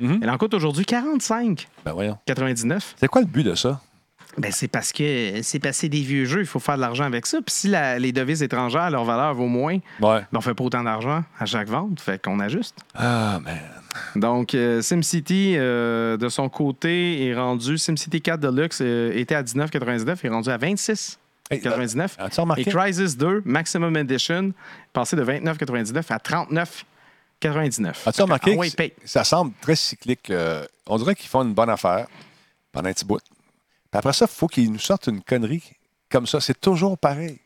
Mhm.
Elle en coûte aujourd'hui 45,99.
Ben, voyons. C'est quoi le but de ça?
Ben, c'est parce que c'est passé des vieux jeux. Il faut faire de l'argent avec ça. Puis si la- les devises étrangères, leur valeur vaut moins,
Ouais.
ben, on fait pas autant d'argent à chaque vente. Fait qu'on ajuste.
Ah, man.
Donc, euh, SimCity, euh, de son côté, est rendu. SimCity 4 Deluxe euh, était à 19,99. est rendu à 26,99.
Hey, euh, As-tu remarqué?
Et Crisis 2 Maximum Edition passé de 29,99 à 39,99.
As-tu remarqué?
Ah ouais,
que
paye.
ça semble très cyclique. euh, on dirait qu'ils font une bonne affaire pendant un petit bout. Puis après ça, il faut qu'ils nous sortent une connerie comme ça. C'est toujours pareil.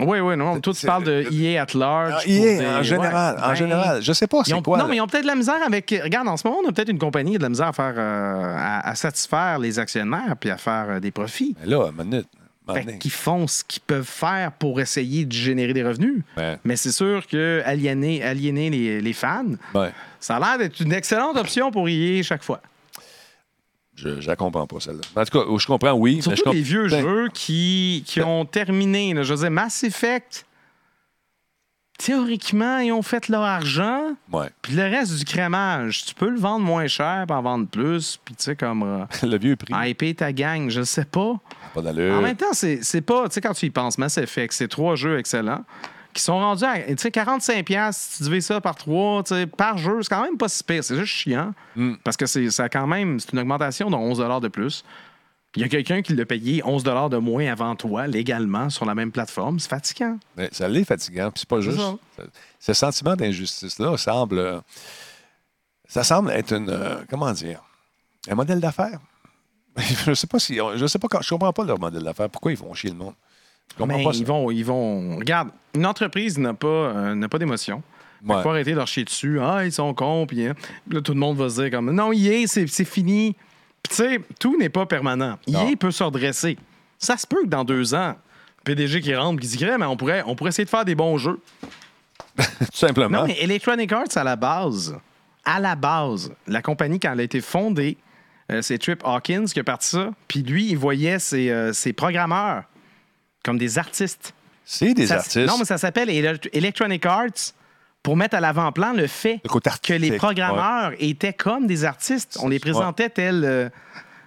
Oui, oui, non. Toi, tu
C'est-
parles de EA at large.
Alors,
pour
EA,
des-
en général,
ouais,
en
ben,
général, je sais pas
ils ont-
c'est quoi.
non,
là.
mais ils ont peut-être de la misère avec. Regarde, en ce moment, on a peut-être une compagnie qui a de la misère à faire euh, à, à satisfaire les actionnaires puis à faire euh, des profits.
Mais Là, une minute. un moment
Fait
donné.
qu'ils font ce qu'ils peuvent faire pour essayer de générer des revenus.
Ouais.
Mais c'est sûr que aliéner, aliéner les, les fans,
Ouais.
ça a l'air d'être une excellente option pour EA chaque fois.
Je ne la comprends pas, celle-là. En tout cas, je comprends, oui. mais je
Surtout
comp-
les vieux
Ben,
jeux qui, qui ont terminé. là. je veux dire, Mass Effect, théoriquement, ils ont fait leur argent.
Ouais. [laughs]
Puis le reste du crémage, tu peux le vendre moins cher, puis en vendre plus. Puis tu sais, comme euh,
Le vieux prix.
hyper ta gang, je sais pas.
Pas d'allure.
En même temps, c'est c'est pas, tu sais, quand tu y penses, Mass Effect, c'est trois jeux excellents qui sont rendus à, tu sais, 45$, piastres, si tu divises ça par trois, tu sais, par jeu, c'est quand même pas si pire, c'est juste chiant.
Mm.
Parce que c'est ça a quand même, c'est une augmentation de 11$ de plus. Il y a quelqu'un qui l'a payé 11$ de moins avant toi, légalement, sur la même plateforme, c'est fatigant.
Mais ça l'est fatigant, puis c'est pas
C'est
juste. Ce sentiment d'injustice-là semble. euh, Ça semble être une. euh, comment dire Un modèle d'affaires. [laughs] je sais pas si. on- Je sais pas quand. Je comprends pas leur modèle d'affaires. Pourquoi ils font chier le monde? Je comprends
Mais
pas
Ben, ils
ça.
vont, ils vont. Regarde, une entreprise n'a pas, euh, n'a pas d'émotion. Il
Ouais.
faut arrêter de leur chier dessus. Ah, ils sont cons. Puis hein. Puis là, tout le monde va se dire comme non, EA, c'est c'est fini. Puis tu sais, tout n'est pas permanent.
Non.
EA peut se redresser. Ça se peut que dans deux ans, le PDG qui rentre, qui dit Crème, mais on pourrait, on pourrait essayer de faire des bons jeux.
Tout simplement.
Non, mais Electronic Arts, à la base, à la base, la compagnie, quand elle a été fondée, euh, c'est Trip Hawkins qui a parti ça. Puis lui, il voyait ses, euh, ses programmeurs comme des artistes.
C'est des
Ça s-
artistes.
Non, mais ça s'appelle Ele- Electronic Arts pour mettre à l'avant-plan le fait
Le côté
que
artistique,
les programmeurs étaient comme des artistes. On les présentait tels, euh,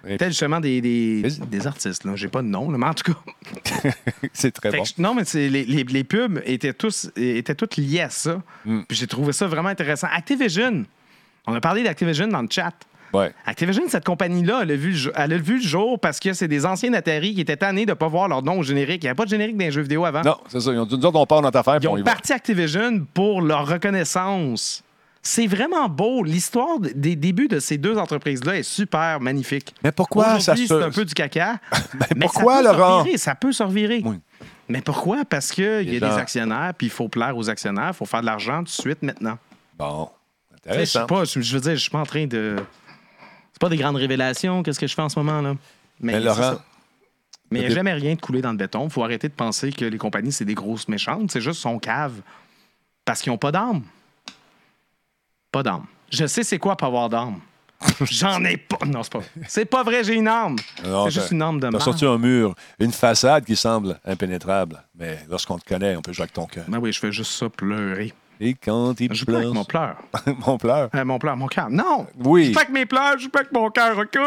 Et-
tels justement des, des,
Vas-y.
des artistes. là. J'ai pas de nom, là, mais en tout cas.
[laughs] c'est très
Fait
bon.
que je- non, mais c'est- les, les- les pubs étaient, tous, étaient toutes liées à ça.
Mm.
Puis j'ai trouvé ça vraiment intéressant. Activision, on a parlé d'Activision dans le chat.
Ouais.
Activision, cette compagnie-là, elle, a vu le jo- elle a vu le jour parce que c'est des anciens Atari qui étaient tannés de ne pas voir leur nom au générique. Il n'y avait pas de générique dans les jeux vidéo avant.
Non, c'est ça. Ils ont dit, nous autres, on part notre affaire,
Ils
puis on y
ont
va.
parti Activision pour leur reconnaissance. C'est vraiment beau. L'histoire des débuts de ces deux entreprises-là est super magnifique.
Mais pourquoi ça
Aujourd'hui,
se-
c'est un peu
[laughs]
du caca.
Mais
mais
pourquoi,
ça peut se
Laurent?
revirer, Ça peut se revirer.
Oui.
Mais pourquoi? Parce qu'il y
Les
a
gens-
des actionnaires, puis il faut plaire aux actionnaires, il faut faire de l'argent tout de suite maintenant.
Bon,
Tu sais, Je sais
intéressant.
pas, je je veux dire, je suis pas en train de. C'est pas des grandes révélations, qu'est-ce que je fais en ce moment, là.
Mais
c'est
Laurent,
ça. Mais il n'y a
Peut-être-
jamais rien de coulé dans le béton. Il faut arrêter de penser que les compagnies, c'est des grosses méchantes. C'est juste son cave. Parce qu'ils n'ont pas d'âme. Pas d'âme. Je sais c'est quoi pas avoir
[laughs]
d'âme. J'en ai pas. Non, c'est pas vrai. C'est pas vrai, j'ai une âme.
Non,
C'est juste
t'as-
une âme de
t'as
merde.
sorti un mur, une façade qui semble impénétrable, mais lorsqu'on te connaît, on peut jouer avec ton cœur.
Ben oui, je fais juste ça pleurer.
Et quand il
Je joue pas avec
pleure, [laughs]
mon pleur.
mon pleur.
Euh, mon pleur, mon cœur. Non! Je
Oui,
joue pas avec mes pleurs, je joue pas avec mon cœur, OK?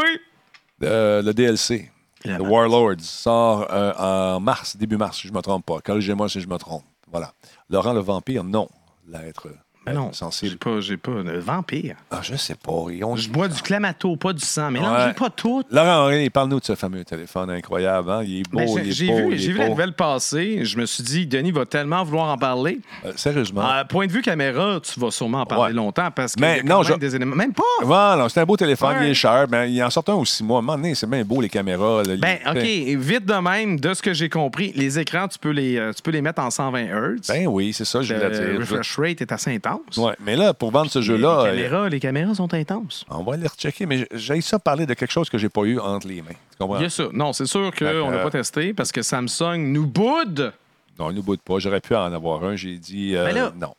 euh, le DLC,
La
The
merde.
Warlords, sort euh, en mars, début mars, si je me trompe pas. Corrigez-moi si je me trompe. Voilà. Laurent le vampire, non. L'être euh,
Ben Non, j'ai
sensible.
pas, j'ai pas un vampire.
Ah, je sais pas. Ils ont-
Je bois du clamato, pas du sang. Mais
Ouais.
non, j'ai pas tout.
Laurent Henry, parle-nous de ce fameux téléphone incroyable. hein? Il est beau,
Mais
il
Ben, j'ai
est
j'ai
beau,
vu,
il est
j'ai vu
beau.
la nouvelle passer. Je me suis dit, Denis va tellement vouloir en parler.
Euh, sérieusement.
Euh, point de vue caméra, tu vas sûrement en parler
Ouais.
longtemps parce que
Mais
y a quand
non,
même
je-
des éléments. Même pas!
Voilà, c'est un beau téléphone,
Ouais.
il est cher. Ben, il en sort un aussi, moi. À un moment donné, c'est bien beau, les caméras. là, il-
Ben, OK, vite de même, de ce que j'ai compris, les écrans, tu peux les, euh, tu peux les mettre en 120 Hz.
Ben oui, c'est ça, je voulais
le
dire.
Euh, refresh rate est assez intense.
Ouais, mais là, pour vendre ce
les,
jeu-là, euh,
caméras, les caméras sont intenses.
on va aller rechecker, mais j'ai ça parler de quelque chose que j'ai pas eu entre les mains. Tu comprends?
Il y a ça. Non, c'est sûr
Fait que,
qu'on n'a
euh,
pas testé parce que Samsung nous boude.
Non, il nous boude pas. J'aurais pu en avoir un. J'ai dit euh,
Ben là-
non.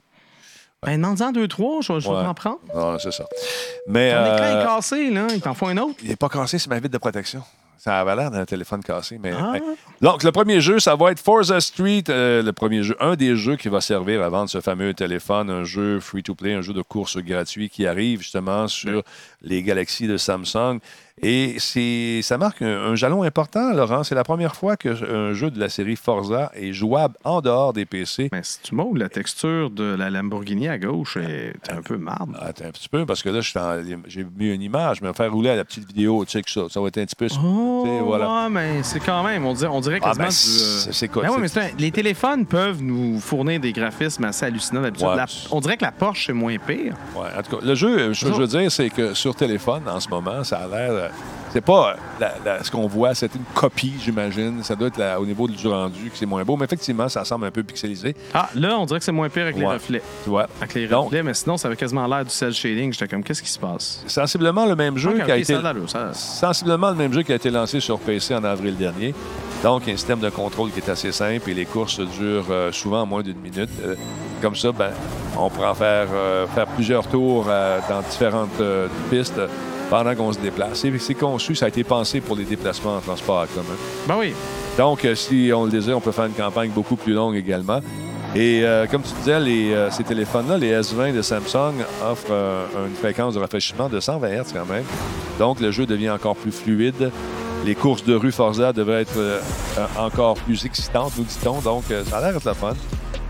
Ben, non, en deux, trois, je, je
Ouais.
vais en prendre.
Non, Ah, c'est ça. Mais
Ton écran est
euh,
cassé, là. Il t'en faut un autre.
il n'est pas cassé, c'est ma vitre de protection. Ça avait l'air d'un téléphone cassé, mais.
Ah.
hey. Donc, le premier jeu, ça va être Forza Street, euh, le premier jeu, un des jeux qui va servir à vendre ce fameux téléphone, un jeu free-to-play, un jeu de course gratuit qui arrive justement sur les galaxies de Samsung. Et c'est, ça marque un, un jalon important, Laurent. C'est la première fois qu'un jeu de la série Forza est jouable en dehors des PC.
Mais si tu m'ouvres, la texture de la Lamborghini à gauche est un peu marde.
Attends un petit peu, parce que là, je suis en- j'ai mis une image, mais faire rouler à la petite vidéo, check ça. Ça va être un petit peu. tu sais,
Oh,
voilà.
ouais, mais c'est quand même, on dirait, on dirait
Ah,
quasiment
ben,
du, euh,
c'est c'est quoi?
Ben oui,
c'est-
mais c'est un- les téléphones peuvent nous fournir des graphismes assez hallucinants d'habitude.
Ouais.
La- On dirait que la Porsche, c'est moins pire.
Ouais, en tout cas, le jeu, ce que je veux dire, c'est que sur téléphone, en ce moment, ça a l'air. euh, C'est pas euh, la- la- ce qu'on voit, c'est une copie, j'imagine. Ça doit être la- au niveau du rendu que c'est moins beau, mais effectivement, ça semble un peu pixelisé.
Ah, là, on dirait que c'est moins pire avec les
Ouais.
reflets.
Tu vois.
Avec les
Donc-
reflets, mais sinon, ça avait quasiment l'air du cel shading. J'étais comme, qu'est-ce qui se passe?
Sensiblement le même jeu
Ok,
qui a
ok,
été.
ça a l'air, ça a l'air.
Sensiblement le même jeu qui a été lancé sur PC en avril dernier. Donc, un système de contrôle qui est assez simple et les courses durent euh, souvent moins d'une minute. Euh, comme ça, ben, on pourra en faire, euh, faire plusieurs tours euh, dans différentes euh, pistes pendant qu'on se déplace. Et C'est conçu, ça a été pensé pour les déplacements en transport en commun.
Ben oui,
Donc, euh, si on le désire, on peut faire une campagne beaucoup plus longue également. Et euh, comme tu disais, les, euh, ces téléphones-là, les S20 de Samsung, offrent euh, une fréquence de rafraîchissement de 120 Hz quand même. Donc, le jeu devient encore plus fluide. Les courses de rue Forza devraient être euh, euh, encore plus excitantes, nous dit-on. Donc, euh, ça a l'air d'être la fun.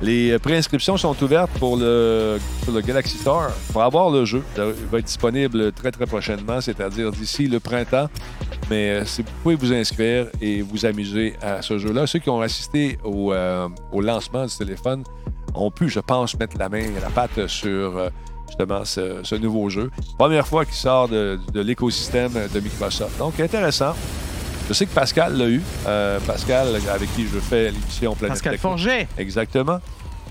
Les euh, préinscriptions sont ouvertes pour le, pour le Galaxy Store. Pour avoir le jeu, il va être disponible très, très prochainement, c'est-à-dire d'ici le printemps. Mais euh, si vous pouvez vous inscrire et vous amuser à ce jeu-là, ceux qui ont assisté au, euh, au lancement du téléphone ont pu, je pense, mettre la main et la patte sur euh, justement ce, ce nouveau jeu. Première fois qu'il sort de, de l'écosystème de Microsoft. Donc, intéressant. Je sais que Pascal l'a eu. Euh, Pascal, avec qui je fais l'émission Planète
Pascal
Techno.
Forget.
Exactement.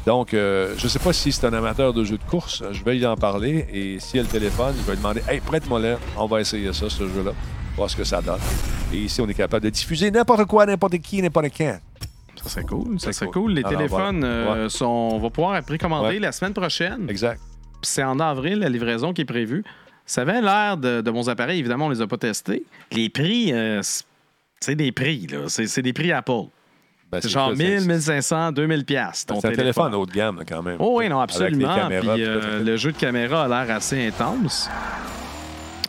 Donc, euh, je ne sais pas si c'est un amateur de jeux de course. Je vais y en parler. Et s'il y a le téléphone, je vais lui demander Hey, prête-moi là. On va essayer ça, ce jeu-là. Voir ce que ça donne. Et ici, on est capable de diffuser n'importe quoi, n'importe qui, n'importe quand.
Ça serait cool. Ça
C'est
serait
cool.
cool. Les
Alors,
téléphones
voilà.
euh, sont. On va pouvoir précommander
Ouais.
la semaine prochaine.
Exact.
Puis c'est en avril la livraison qui est prévue. Ça avait l'air de, de bons appareils, évidemment, on les a pas testés. Les prix, euh, c'est- c'est des prix, là. C'est c'est des prix Apple.
Ben,
C'est genre
ça,
1000, 1500, 2000 piastres.
C'est un téléphone haut de gamme, là, quand même.
Oh oui, non,
Avec les
absolument.
caméras,
Puis,
puis
euh,
tout, tout, tout.
le jeu de caméra a l'air assez intense.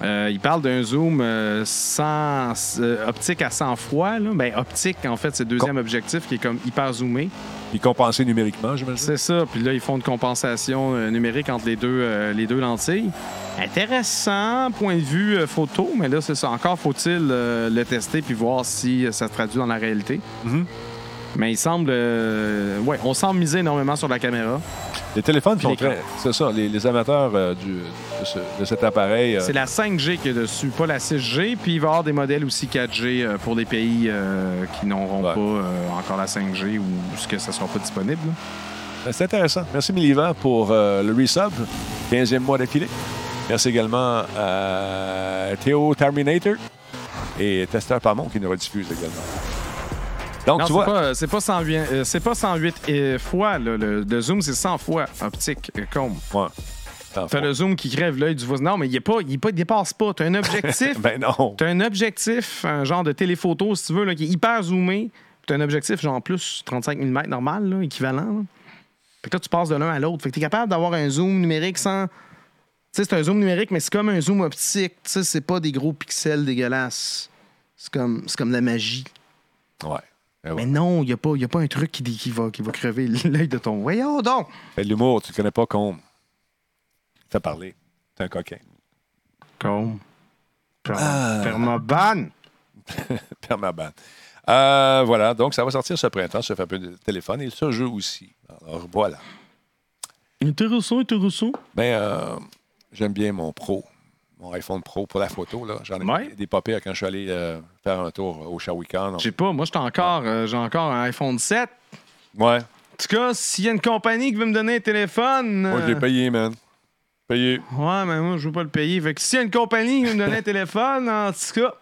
Euh, il parle d'un zoom euh, sans, euh, optique à 100 fois. Là. Ben, optique, en fait, c'est le deuxième objectif qui est comme hyper zoomé.
Puis compensé numériquement, j'imagine.
C'est ça. Puis là, ils font une compensation euh, numérique entre les deux, euh, les deux lentilles. Intéressant, point de vue euh, photo, mais là, c'est ça. Encore faut-il euh, le tester puis voir si euh, ça se traduit dans la réalité.
Mhm.
Mais il semble. euh, ouais, on semble miser énormément sur la caméra.
Les téléphones
Puis
sont
l'écran.
très. C'est ça, les, les amateurs euh, du, de, ce- de cet appareil. euh,
C'est la 5G qui est dessus, pas la 6G. Puis il va y avoir des modèles aussi 4G euh, pour des pays euh, qui n'auront
Ouais.
pas euh, encore la 5G ou ce que ça sera pas disponible. là.
Euh, C'est intéressant. Merci Milivan pour euh, le resub, 15e mois d'affilée. Merci également à Théo Terminator et Tester Pamon qui nous rediffuse également. Donc,
Non,
tu
c'est
vois,
pas, c'est pas 108, euh, c'est pas 108 euh, fois. là, le, le zoom, c'est 100 fois optique, euh, comme.
Ouais. Dans le
T'as
fond.
le zoom qui crève l'œil du voisin. Non, mais il, est pas, il, est pas, il dépasse pas. T'as un
[laughs]
objectif.
Ben non.
T'as un objectif, un genre de téléphoto, si tu veux, là, qui est hyper zoomé. Puis T'as un objectif, genre plus 35 mm normal, là, équivalent. là. Fait que là, tu passes de l'un à l'autre. Fait que t'es capable d'avoir un zoom numérique sans. Tu sais, c'est un zoom numérique, mais c'est comme un zoom optique. Tu sais, c'est pas des gros pixels dégueulasses. C'est comme, c'est comme la magie.
Ouais. Ben ouais.
Mais non, il n'y a, pas- y a pas un truc qui, dit- qui va, qui va crever [laughs] l'œil de ton. Voyons donc!
Fait de Ben, l'humour, tu ne connais pas Combe. Fais parler. T'es un coquin.
Comme. Euh.
Ah.
Permaban!
Permaban. Euh, voilà, donc ça va sortir ce printemps, ce fameux téléphone et ce jeu aussi. Alors voilà.
Intéressant, intéressant.
Ben, euh, j'aime bien mon Pro, mon iPhone Pro pour la photo. Là. J'en ai
Ouais.
des papiers quand je suis allé euh, faire un tour au Shawikan.
Je sais pas, moi, j'ai encore, euh, j'ai encore un iPhone 7.
Ouais,
En tout cas, s'il y a une compagnie qui veut me donner un téléphone.
moi je l'ai
euh,
payé, man. Payé.
Ouais, mais moi, je veux pas le payer. Fait que s'il y a une compagnie qui veut
[laughs]
me donner un téléphone, en tout cas.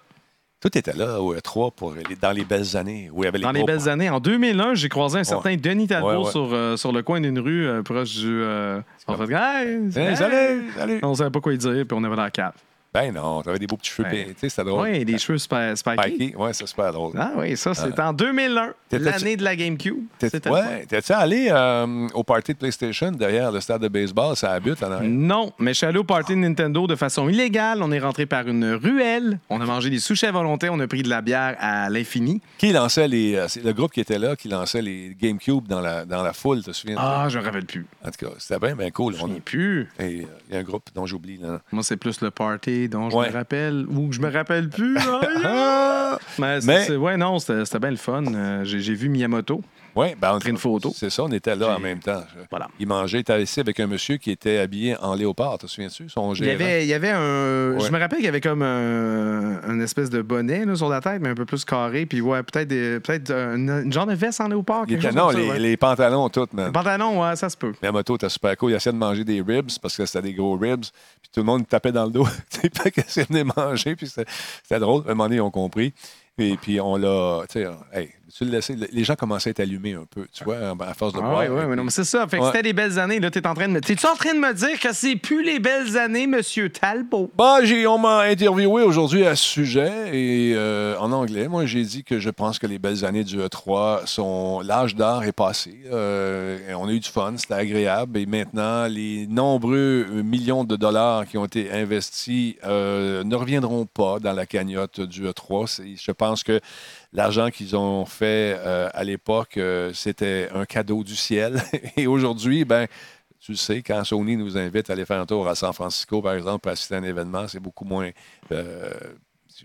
Tout était là au E3 pour les- dans les belles années où il y avait les
Dans les
groupes.
belles années, en 2001, j'ai croisé un certain Denis Talbot
Ouais, ouais.
Sur, euh, sur le coin d'une rue euh, proche du. euh, on fait Hey,
Hey,
hey!
salut, salut.
On savait pas quoi dire, puis on avait la cave.
Ben non, t'avais des beaux petits cheveux.
Ouais.
ben, Tu sais, c'était drôle.
Oui, des cheveux spi- spikés.
Mikey, ouais, c'est super drôle.
Ah oui, ça, c'est en 2001,
Euh, T'étais-tu-
l'année de la GameCube.
T'es-
C'était le fun.
Ouais, t'es-tu allé euh, au party de PlayStation derrière le stade de baseball, ça habite en arrière?
Non, mais je suis allé au party de Nintendo de façon illégale. On est rentré par une ruelle. On a mangé des sushis à volonté. On a pris de la bière à l'infini.
Qui lançait les. euh, c'est le groupe qui était là qui lançait les GameCube dans la, dans la foule, te souviens?
Ah, je me rappelle plus.
En tout cas, c'était bien, bien cool.
Je
On-
n'ai plus.
Et, euh, Il y a un groupe dont j'oublie. là.
Moi, c'est plus le party dont je
Ouais.
me rappelle ou que je me
[laughs]
rappelle plus. Aïe, aïe.
Ah!
mais c'est-
Mais-
c'est- ouais, non, c'était c'était bien le fun. Euh, J'ai j'ai vu Miyamoto.
Oui, ben, on
Pris une photo.
C'est ça, on était là en
J'ai-
même temps.
Voilà.
Il mangeait, il était assis avec un monsieur qui était habillé en léopard, te souviens-tu? Son
Il y,
gérant.
avait, il y avait un.
Ouais.
Je me rappelle qu'il y avait comme un, une espèce de bonnet là, sur la tête, mais un peu plus carré. Puis ouais, peut-être des- peut-être une, une genre de veste en léopard.
Il
quelque
était-
chose
non,
comme ça,
les,
ouais.
les pantalons, tout, man.
Pantalon, ouais, ça se peut.
La moto était super cool. Il essayait de manger des ribs parce que c'était des gros ribs. Puis tout le monde tapait dans le dos. [laughs] Tu sais, pas qu'est-ce qu'il venait manger. Puis c'était c'était drôle. À un moment donné, ils ont compris. Et puis on l'a. Tu sais, hey, tu le laissais- les gens commençaient à être allumés un peu, tu vois, à force de
Ah
boire.
ouais, ouais, mais non, mais c'est ça. Fait que
Ouais.
c'était les belles années. Là, t'es en train de me... T'es-tu en train de me dire que c'est plus les belles années, Monsieur Talbot?
Bah, j'ai- on m'a interviewé aujourd'hui à ce sujet et euh, en anglais, moi j'ai dit que je pense que les belles années du E3 sont l'âge d'or est passé. Euh, et on a eu du fun, c'était agréable et maintenant les nombreux millions de dollars qui ont été investis euh, ne reviendront pas dans la cagnotte du E3. C'est- Je pense que l'argent qu'ils ont fait euh, à l'époque euh, c'était un cadeau du ciel [laughs] et aujourd'hui, ben tu le sais, quand Sony nous invite à aller faire un tour à San Francisco, par exemple, pour assister à un événement, c'est beaucoup moins euh,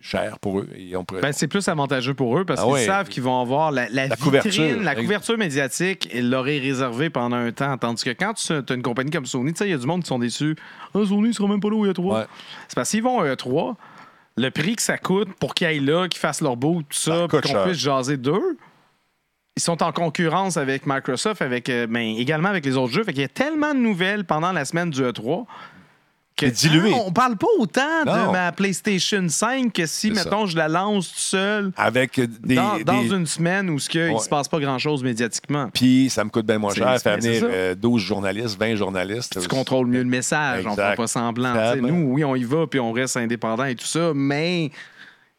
cher pour eux. Et on pourrait-
Ben, c'est plus avantageux pour eux parce
Ah
qu'ils
ouais.
savent qu'ils vont avoir la, la
La
vitrine,
couverture.
la couverture médiatique, ils l'auraient réservée pendant un temps. Tandis que quand tu as une compagnie comme Sony, tu sais, il y a du monde qui sont déçus. Ah, Sony, il sera même pas là au E3.
Ouais.
C'est parce qu'ils vont au E3, le prix que ça coûte pour qu'ils aillent là, qu'ils fassent leur bout, tout
Ça
ça, puis
coûte
qu'on
cher.
puisse jaser d'eux. Ils sont en concurrence avec Microsoft, avec, euh, mais également avec les autres jeux. Fait qu'il y a tellement de nouvelles pendant la semaine du E3 que
C'est dilué.
Ah, on parle pas autant
Non.
de ma PlayStation 5 que si,
C'est ça.
mettons, je la lance tout seul
Avec des.
dans, dans
des-
une semaine où ce que,
Ouais.
il se passe pas grand-chose médiatiquement.
Puis ça me coûte bien moins
C'est-
cher. Faire
c'est- c'est
venir
ça.
euh, 12 journalistes, 20 journalistes.
Tu contrôles mieux le message, on
Exact.
fait pas semblant.
Ah
tu sais.
ben.
Nous, oui, on y va, puis on reste indépendant et tout ça, mais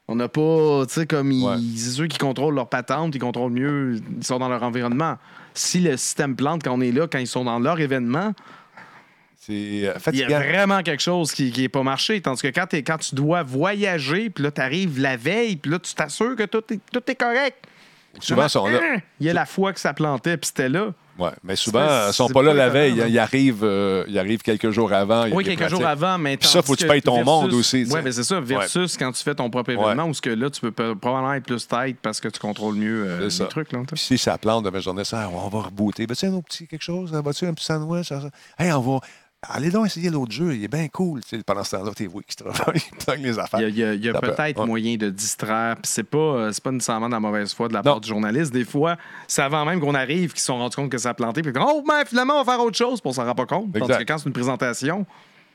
on n'a pas, tu sais, comme ils,
Ouais.
c'est ceux qui contrôlent leur patente, ils contrôlent mieux, ils sont dans leur environnement. Si le système plante quand on est là, quand ils sont dans leur événement,
C'est euh,
il y a
fatigant.
vraiment quelque chose qui n'est pas marché. Tandis que quand, t'es- quand tu dois voyager, puis là, tu arrives la veille, puis là, tu t'assures que tout est, tout est correct.
Souvent, ils sont là.
Il y a la fois que Hein? ça plantait, puis c'était là.
Ouais, mais souvent,
pas-
ils sont
c'est
pas là
pas
la veille.
étonnant, hein?
Ils arrivent, euh, ils arrivent quelques jours avant. il y a
Oui,
des
quelques
pratiques.
jours avant, mais
Puis ça, faut que tu payes ton monde aussi, tu
Oui,
sais.
mais c'est ça, versus quand tu fais ton propre événement, où ce que là, tu peux pe- probablement être plus tight parce que tu contrôles mieux euh,
C'est
les
ça.
trucs. Là, t'as.
Puis si ça plante de ma journée, ça, ah, on va rebooter. Ben, tu sais, un petit quelque chose, hein, vas-tu un petit sandwich? ça, ça. Hey, on va. Allez donc essayer l'autre jeu, il est bien cool. Tu sais, pendant ce temps-là, t'es vous qui [laughs] travaille, qui pogne les affaires.
Il y a, il y a- il y a
Ça peut-
peut-être
ouais.
moyen de distraire, puis c'est pas, euh, c'est pas nécessairement de la mauvaise foi de la
Non.
part du journaliste. Des fois, c'est avant même qu'on arrive qu'ils se sont rendus compte que ça a planté, puis oh, ben, finalement, on va faire autre chose, puis on s'en rend pas compte. Parce
Exact.
que quand c'est une présentation,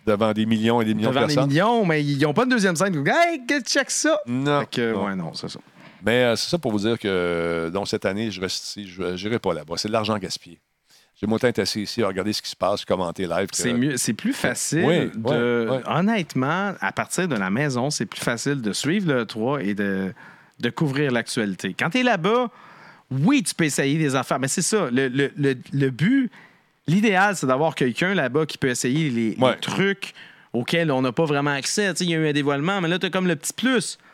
Devant des millions et des millions
devant
de
des
personnes.
millions, mais ils n'ont pas de deuxième scène. Hey, que- check ça!
Non.
Fait que,
non.
ouais, non, c'est ça.
Mais euh, c'est ça pour vous dire que euh, donc cette année, je reste ici, je n'irai pas là-bas. C'est de l'argent gaspillé. J'ai mon temps d'être assis ici, à regarder ce qui se passe, commenter live. que-
C'est mieux, c'est plus facile
Oui, oui,
de.
oui.
Honnêtement, à partir de la maison, c'est plus facile de suivre le 3 et de, de couvrir l'actualité. Quand tu es là-bas, oui, tu peux essayer des affaires, mais c'est ça. Le, le- le- le but, l'idéal, c'est d'avoir quelqu'un là-bas qui peut essayer les, les
Ouais.
trucs auxquels on n'a pas vraiment accès. Tu sais, Il y a eu un dévoilement, mais là, tu as comme le petit plus. Tu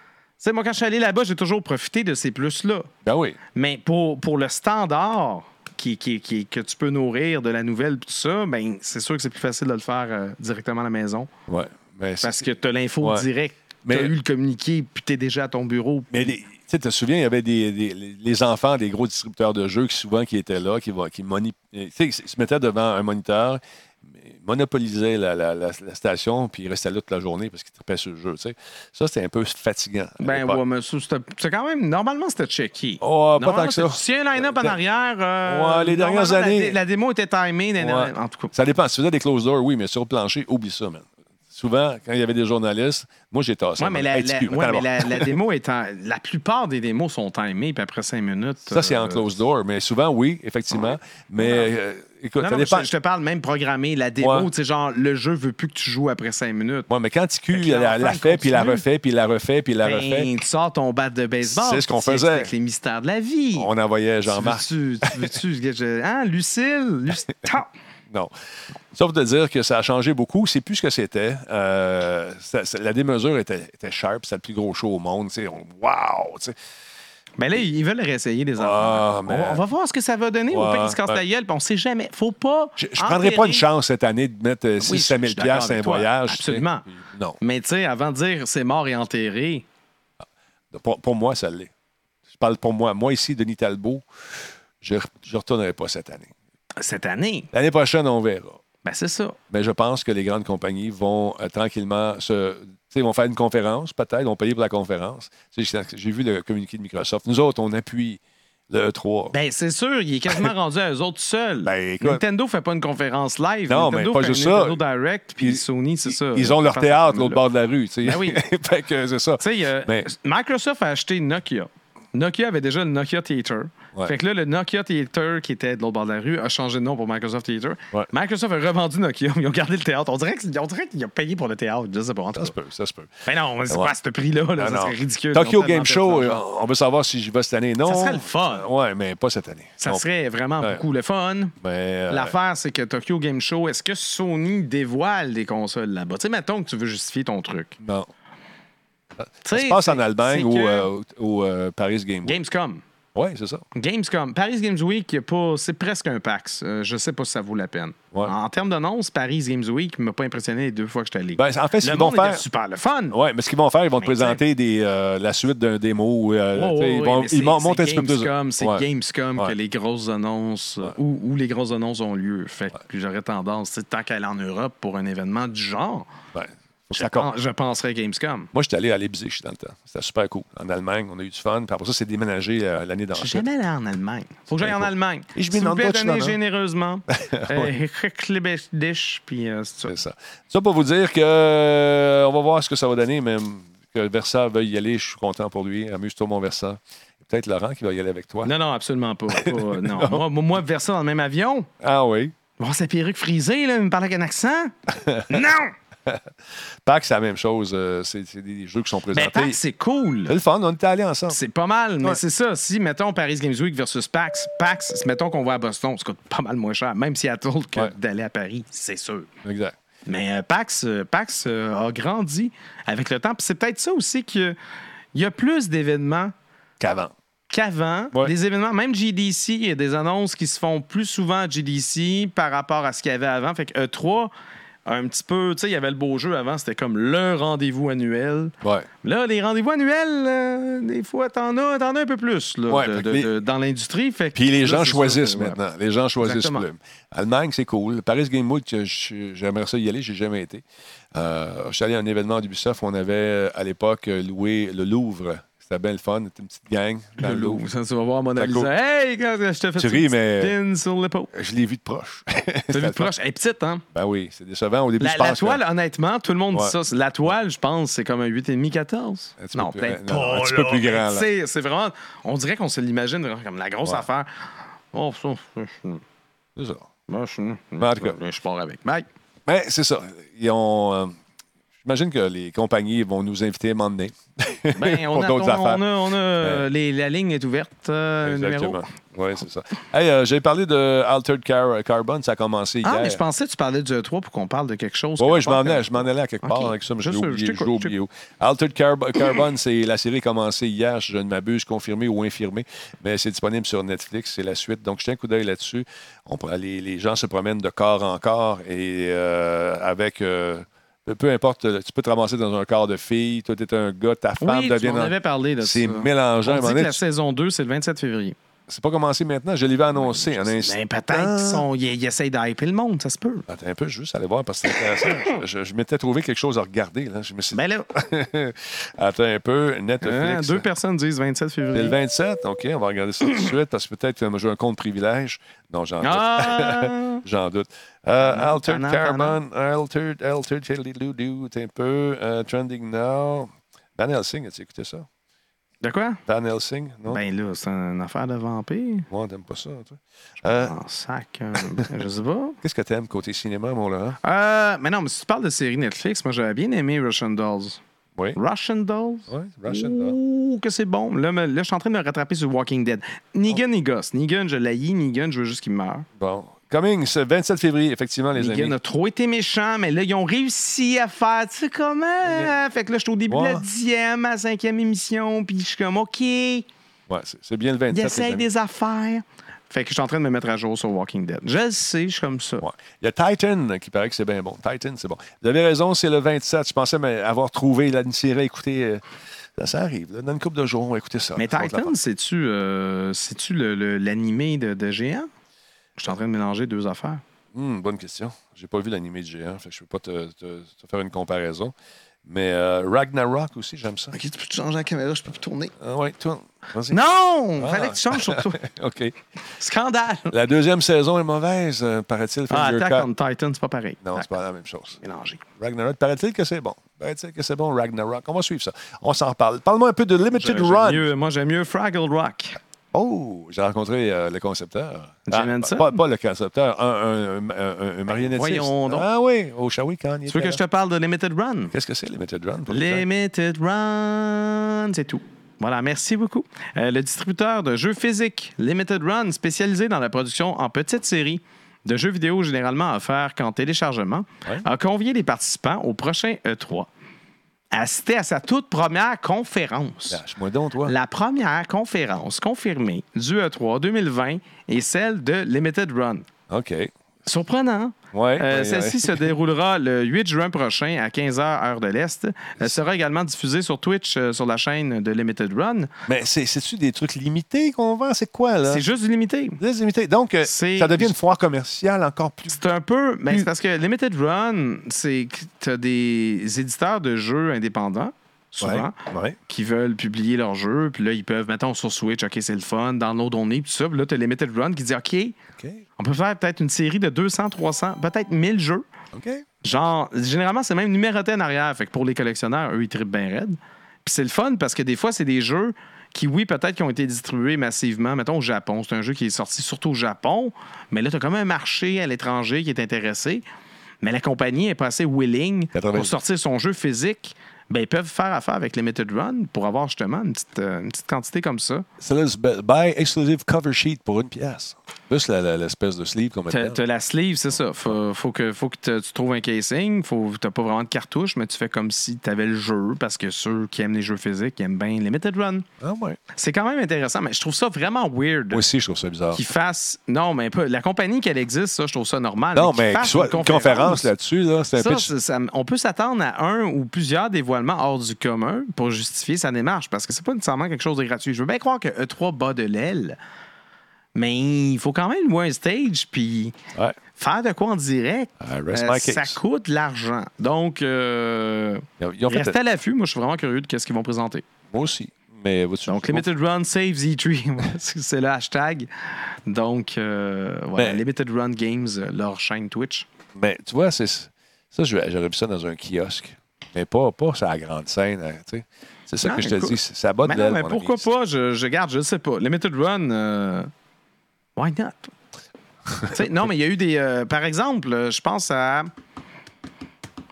sais, moi, quand je suis allé là-bas, j'ai toujours profité de ces plus-là.
Ben oui.
Mais pour, pour le standard qui, qui- qui- que tu peux nourrir de la nouvelle pis tout ça, ben, c'est sûr que c'est plus facile de le faire euh, directement à la maison
Ouais. Mais c'est-
parce que tu as l'info
Ouais.
directe.
Mais-
Tu as eu le communiqué, puis tu es déjà à ton bureau.
Mais les- tu sais, te souviens, il y avait des, des- les enfants des gros distributeurs de jeux qui souvent qui étaient là, qui, va- qui, moni- tu sais, qui se mettaient devant un moniteur, mais monopolisaient la, la- la- la station, puis ils restaient là toute la journée parce qu'ils tripaient sur le jeu. tu sais. Ça, c'était un peu fatigant. à
Ben
l'époque.
ouais, mais ça, c'était- c'est quand même. Normalement, c'était checké.
Oh, pas
Normalement,
tant que ça.
c'était- Si un line-up en
Euh,
arrière.
Ouais, les dernières
normalement, la
années-
dé- La, démo était timée. dans les-
Ouais.
En tout cas.
Ça dépend. Si tu faisais des closed doors, oui, mais sur le plancher, oublie ça, man. Souvent, quand il y avait des journalistes, moi, j'ai tassé.
Ouais, mais, la,
Hey,
la-
TQ,
ouais,
attends
mais la,
d'abord. [laughs]
la démo étant. La plupart des démos sont timées, puis après 5 minutes.
Ça, c'est en
euh,
closed door, mais souvent, oui, effectivement. Mais euh, écoute,
Non,
ça
non,
dépend.
je, je te parle même programmer la démo,
Ouais.
tu sais, genre le jeu veut plus que tu joues après 5 minutes.
Ouais, mais quand TQ,
que
elle la,
l'enfant,
la fait, puis la
continue.
refait, puis la refait, puis la
Ben,
refait,
tu sors ton bat de baseball.
C'est ce qu'on
tu
faisait.
expliques les mystères de la vie.
on envoyait Jean-Marc.
Tu veux-tu, tu veux-tu, que je- hein, Lucille,
[laughs]
Lucille, Ta-
Non. Sauf de dire que ça a changé beaucoup. C'est plus ce que c'était. Euh, ça- ça- la démesure était, était sharp. C'était le plus gros show au monde. tu sais, on- Wow! tu sais.
Ben là, ils veulent réessayer des
Ah,
affaires. on,
man.
on va voir ce que ça va donner.
Ouais,
Au pire, ils se cassent
ouais.
la gueule, puis on sait jamais. Faut pas.
Je ne prendrais pas une
enterrer-
chance cette année de mettre euh, 6
Oui, je-
7
je
000
suis d'accord
un
avec toi.
voyage. tu sais.
Absolument.
Puis, Non.
Mais tu sais, avant de dire c'est mort et enterré,
Pour, pour moi, ça l'est. Je parle pour moi. Moi, ici, Denis Talbot, je ne retournerai pas cette année.
cette année,
L'année prochaine, on verra.
ben c'est ça.
Mais je pense que les grandes compagnies vont euh, tranquillement se. tu sais, vont faire une conférence, peut-être, vont payer pour la conférence. Tu sais, J'ai j'ai vu le communiqué de Microsoft. Nous autres, on appuie le E E3.
Ben c'est sûr, il
[laughs]
est quasiment rendu à eux autres seuls.
Ben, écoute.
Nintendo fait pas une conférence live.
Non, mais
Nintendo
pas
fait un
juste ça.
Nintendo Direct, puis
Ils-
Sony, c'est
ils,
ça.
ils ont leur
Face à
théâtre
ce
de l'autre
là.
bord de la rue. tu sais.
Ben oui.
[laughs] fait que c'est ça.
Tu sais, euh,
Mais-
Microsoft a acheté Nokia. Nokia avait déjà le Nokia Theater.
Ouais.
Fait que là, le Nokia Theater qui était de l'autre bord de la rue a changé de nom pour Microsoft Theater.
Ouais.
Microsoft a revendu Nokia, [laughs] mais ils ont gardé le théâtre. On dirait que- on dirait qu'il a payé pour le théâtre. Je sais pas. en tout
Ça se
cas.
peut, ça se peut.
Ben non, mais c'est
Ouais.
pas à ce prix-là. là,
Non,
ça
non.
serait ridicule. Ils ont
Tokyo
tellement
Game
fait
Show,
d'argent.
euh, on veut savoir si j'y vais cette année. Non.
serait le fun.
Oui, mais pas cette année.
Ça
Non.
serait vraiment
Ouais.
beaucoup le fun.
Mais, euh,
L'affaire, c'est que Tokyo Game Show, est-ce que Sony dévoile des consoles là-bas? Tu sais, mettons que tu veux justifier ton truc.
Non.
Tu
Ça
sais,
se passe en
c'est-
Allemagne
c'est
ou
que
euh, au au, euh, Paris Game Week.
Gamescom.
Oui, c'est ça.
Gamescom. Paris Games Week, y a pas- c'est presque un PAX. Euh, je sais pas si ça vaut la peine.
Ouais.
En termes d'annonce, Paris Games Week m'a pas impressionné les deux fois que je suis allé.
Ben, en fait, ce
le
qu'ils vont
monde était
faire.
super le fun.
Oui, mais ce qu'ils vont faire, ils vont te
Mais
présenter des, euh, la suite d'un démo. euh,
Ouais,
tu sais,
ouais,
ils
ouais,
vont
Oh, mais
ils
c'est-
vont monter un
c'est
petit peu plus.
Gamescom, c'est
Ouais.
Gamescom
Ouais.
que les grosses annonces, euh, où, où les grosses annonces ont lieu. Fait que j'aurais tendance, tu sais, tant qu'elle est en Europe pour un événement du genre,
Ouais. Faut que
je,
Ben, ça compte.
pen- je penserais Gamescom.
Moi, j'étais allé à Leipzig dans le temps. C'était super cool. En Allemagne, on a eu du fun. Puis après ça, c'est déménagé euh, l'année
Je
d'ensuite.
suis jamais allé en Allemagne. Faut que j'aille en
Bien,
Allemagne.
Et je
S'il vous
m'énerve
plaît,
pas, tu
donnez
m'en as. [laughs]
généreusement. Euh, Rückliebesdisch, puis euh, c'est ça.
C'est ça. Ça pour vous dire que euh, on va voir ce que ça va donner, mais hum, que Versa veuille y aller, je suis content pour lui. Amuse-toi, mon Versa. Peut-être Laurent qui va y aller avec toi.
Non, non,
[laughs]
absolument pas. Pas, euh, non. Moi, moi, verser dans le même avion,
Ah oui.
voir sa perruque frisée, là, il me parle avec un accent.
Ah,
non!
Pax, c'est la même chose. euh, c'est c'est des jeux qui sont
Mais
présentés.
Ben, PAX, c'est cool.
c'est le fun, on était allés ensemble.
C'est pas mal, mais
Ouais.
c'est ça. Si, mettons, Paris Games Week versus PAX, PAX, si mettons qu'on va à Boston, ça coûte pas mal moins cher, même si à tourne que
Ouais.
d'aller à Paris, c'est sûr.
Exact.
Mais euh, PAX, euh, PAX euh, a grandi avec le temps. Puis c'est peut-être ça aussi qu'il y a plus d'événements
Qu'avant.
qu'avant.
Ouais.
Les événements, même GDC, il y a des annonces qui se font plus souvent à GDC par rapport à ce qu'il y avait avant. Fait que E3, un petit peu, tu sais, il y avait le beau jeu avant, c'était comme le rendez-vous annuel.
Ouais.
Là, les rendez-vous annuels, euh, des fois, t'en as, t'en as un peu plus là,
Ouais, fait
de-
que
de-
les-
de- dans l'industrie. Fait que
Puis les
là,
gens
c'est
choisissent
sûr que, ouais.
maintenant. Les gens choisissent
Exactement.
plus. Allemagne, c'est cool. Paris Game Week, je- je- j'aimerais ça y aller, j'ai jamais été. Euh, je suis allé à un événement d'Ubisoft où on avait euh, à l'époque euh, loué le Louvre. C'était bien le fun, c'était une petite gang dans le Louvre.
Ça, tu vas voir Mona
Ça
Lisa.
coûte.
Hey, quand je te fais
Tu
ça,
ris,
petite
mais-
pin sur l'épaule.
[laughs] Je l'ai vu de proche.
T'as vu
Ça-
de proche. Elle est petite, hein?
Ben oui, c'est décevant. Au début,
La,
je pense
la toile,
que-
honnêtement, tout le monde
Ouais.
dit ça. C'est- La toile, je pense, c'est comme un
Un
8,5-14.
petit peu
Non,
plus-
peut-être
non,
pas.
un petit peu
là,
plus grand,
mais
là.
tu sais, Oh, C'est vraiment. On dirait qu'on se l'imagine vraiment comme la grosse
Ouais.
affaire. Oh, ça, ça, je-
C'est ça.
moi, je
en tout cas.
je- je pars avec Mike.
Mais Ben, c'est ça. Ils ont, euh, J'imagine que les compagnies vont nous inviter à m'emmener.
Ben,
[laughs] [laughs]
on,
Pour
a,
d'autres
on a-
affaires.
on a- on a- les- la ligne est ouverte. euh, numéro.
Oui, c'est ça. Hey, euh, J'ai parlé de Altered Car- Carbon, ça a commencé hier.
Ah, mais je pensais que tu parlais du E3 pour qu'on parle de quelque chose.
Oui,
quelque
ouais, je m'en
part.
allais, je m'en allais à quelque part
Ok.
avec ça, mais je
Je
l'ai
sais, je
oublié.
t'écoute,
je l'ai
je
oublié. Altered Carb- [coughs] Carbon, c'est la série commencée hier, si je ne m'abuse, confirmée ou infirmée, mais c'est disponible sur Netflix, c'est la suite. Donc, je tiens un coup d'œil là-dessus. On pourra- les, les gens se promènent de corps en corps et euh, avec. euh, peu importe, tu peux te ramasser dans un corps de fille, toi, t'es un gars, ta femme
Oui, tu
devient.
m'en
un-
avais parlé de ça.
C'est mélangé. à un
On
moment
dit que
donné,
la saison 2, c'est le 27 février.
tu- C'est pas commencé maintenant, je l'avais annoncé. un instant.
Ben, peut-être qu'ils sont- ils, ils essayent d'hyper le monde, ça se peut.
Attends un peu, je veux juste aller voir parce que c'est
[coughs]
intéressant. je je- je m'étais trouvé quelque chose à regarder. Là. Je me suis dit,
Ben là,
[laughs] Attends un peu,
hein,
Netflix.
deux personnes disent 27
C'est le
février.
27, OK, on va regarder ça tout
[coughs]
de suite parce que peut-être que j'ai un compte privilège. Non, j'en
Ah!
doute. [laughs] J'en doute. Euh,
Pendant,
Altered
pendant,
Carbon, Altered, Altered, Chilidoudou, t'es un peu. euh, Trending Now. Van Helsing, as-tu écouté ça?
De
[laughs]
quoi?
Van Helsing, non?
Ben là, c'est une affaire de vampire.
Moi, t'aimes pas ça, toi? Euh,
En sac, euh, je sais pas. [laughs]
Qu'est-ce que t'aimes côté cinéma, mon Laurent?
Euh, mais non, mais si tu parles de séries Netflix, moi j'avais bien aimé Russian Dolls.
Oui.
Russian Dolls?
Oui, Russian Doll.
Ouh, que c'est bon. Là, me- là, je suis en train de me rattraper sur Walking Dead. Negan, il gosse. Negan, je l'haïs. Negan, je veux juste qu'il meure.
Bon. Coming, ce 27 février, effectivement, les
Negan
amis.
a trop été méchant, mais là, ils ont réussi à faire, tu sais comment? hein? Fait que là, je suis au début de
Ouais.
la dixième, à la cinquième émission, puis je suis comme, OK, ils
Ouais, c'est c'est bien le 27. les
essayent
amis.
des affaires. Fait que je suis en train de me mettre à jour sur Walking Dead. Je le sais, je suis comme ça.
Ouais. Il y a Titan euh, qui paraît que c'est bien bon. Titan, c'est bon. Vous avez raison, c'est le 27. Je pensais mais, avoir trouvé la série à écouter. euh, ça, ça arrive. là. Dans une couple de jours, on va écouter ça.
Mais
Ça va te la
Titan, c'est-tu euh, c'est-tu le- le- l'animé de, de géant? Je suis en train de mélanger deux affaires.
faire. Hum, bonne question. J'ai pas vu l'animé de géant. Fait que je peux pas te, te- te faire une comparaison. Mais euh, Ragnarok aussi, j'aime ça.
Ok, tu peux changer la caméra, je peux plus tourner.
Ah ouais, toi. Vas-y.
Non!
Ah.
Fallait que tu changes sur toi.
[laughs] OK.
Scandale!
La deuxième saison est mauvaise, euh, paraît-il.
Ah,
Finger
Attack
Cut.
on Titan, c'est pas pareil.
Non, c'est
Attack
pas la même chose.
mélangé.
Ragnarok, paraît-il que c'est bon. Paraît-il que c'est bon, Ragnarok. On va suivre ça. On s'en reparle. Parle-moi un peu de Limited
J'aime
Run.
mieux- moi, j'aime mieux Fraggle Rock.
Oh, j'ai rencontré euh, le concepteur.
Jim
Ah,
Henson? Ben,
pas, pas le concepteur, un, un, un- un- un marionnettiste.
voyons donc.
Ah oui, au Shawi quand il
Tu
était
veux que
là.
je te parle de Limited Run?
Qu'est-ce que c'est, Limited Run? pour les gens?
Limited Run, c'est tout. Voilà, merci beaucoup. Euh, le distributeur de jeux physiques Limited Run, spécialisé dans la production en petites séries de jeux vidéo généralement offerts qu'en téléchargement,
Ouais.
a convié les participants au prochain E E3 à assister à sa toute première conférence.
Lâche-moi donc, toi.
La première conférence confirmée du E E3 2020 est celle de Limited Run.
OK. Ouais.
Surprenant. Euh,
ouais,
Celle-ci se déroulera le 8 juin prochain à 15h, heure de l'Est. Euh, Elle sera également diffusée sur Twitch, euh, sur la chaîne de Limited Run.
ouais. Mais c'est- c'est-tu des trucs limités qu'on vend? C'est quoi, là?
C'est juste du limité.
Des limités. Donc, euh,
C'est-
ça devient une foire commerciale encore plus.
C'est un peu. Mais c'est parce que Limited Run, c'est que tu as des éditeurs de jeux indépendants, souvent.
Ouais, ouais.
qui veulent publier leur jeu, puis là, ils peuvent, mettons, sur Switch, OK, c'est le fun, dans nos données, puis tout ça. Puis là, tu as Limited Run qui dit, OK,
OK.
on peut faire peut-être une série de 200, 300, peut-être 1000 jeux.
OK.
Genre, généralement, c'est même numéroté en arrière. Fait que pour les collectionneurs, eux, ils trippent bien raide. Puis c'est le fun parce que des fois, c'est des jeux qui, oui, peut-être qui ont été distribués massivement, mettons au Japon. C'est un jeu qui est sorti surtout au Japon, mais là, tu as quand même un marché à l'étranger qui est intéressé. Mais la compagnie est pas assez willing
90.
pour sortir son jeu physique. Ben, ils peuvent faire affaire avec Limited Run pour avoir justement une petite, euh, une petite quantité comme ça.
C'est là, buy exclusive cover sheet pour une pièce. Plus la- la- l'espèce de sleeve qu'on met
T'as
dedans.
t'as la sleeve, c'est ça. Faut, faut que, faut que te- tu trouves un casing. Faut, t'as pas vraiment de cartouche, mais tu fais comme si t'avais le jeu parce que ceux qui aiment les jeux physiques aiment bien Limited Run.
Ah ouais.
C'est quand même intéressant, mais je trouve ça vraiment weird.
Moi aussi, je trouve ça bizarre.
Qu'ils fassent. Non, mais pas. La compagnie qu'elle existe, ça, je trouve ça normal.
Non,
qu'ils
mais
fassent
qu'il soit
une
une conférence là-dessus, là, c'est un
ça,
peu...
c'est- ça- on peut s'attendre à un ou plusieurs dévoilements hors du commun pour justifier sa démarche, parce que c'est pas nécessairement quelque chose de gratuit. Je veux bien croire que E3 bat de l'aile, mais il faut quand même louer un stage, puis
Ouais.
faire de quoi en direct,
I rest
euh,
my
ça
case.
coûte de l'argent. Donc, euh,
Ils ont fait-
restez à l'affût. Moi, je suis vraiment curieux de ce qu'ils vont présenter.
Moi aussi. Mais vois-tu-
Donc, Limited Run Save [laughs] Z3, c'est le hashtag. Donc, euh, voilà,
Mais-
Limited Run Games, euh, leur chaîne Twitch.
Mais tu vois, c'est ça, je- j'aurais vu ça dans un kiosque. Mais pas, pas sur la grande scène. hein, tu sais. c'est ça
Non,
que je te
écoute.
dis. c'est- Ça bat de
Mais non,
l'aile.
mais
mon
pourquoi
ami.
pas? Je, je garde, je sais pas. Limited Run, euh, why not? Tu sais, non, mais il y a eu des. euh, par exemple, euh, je pense à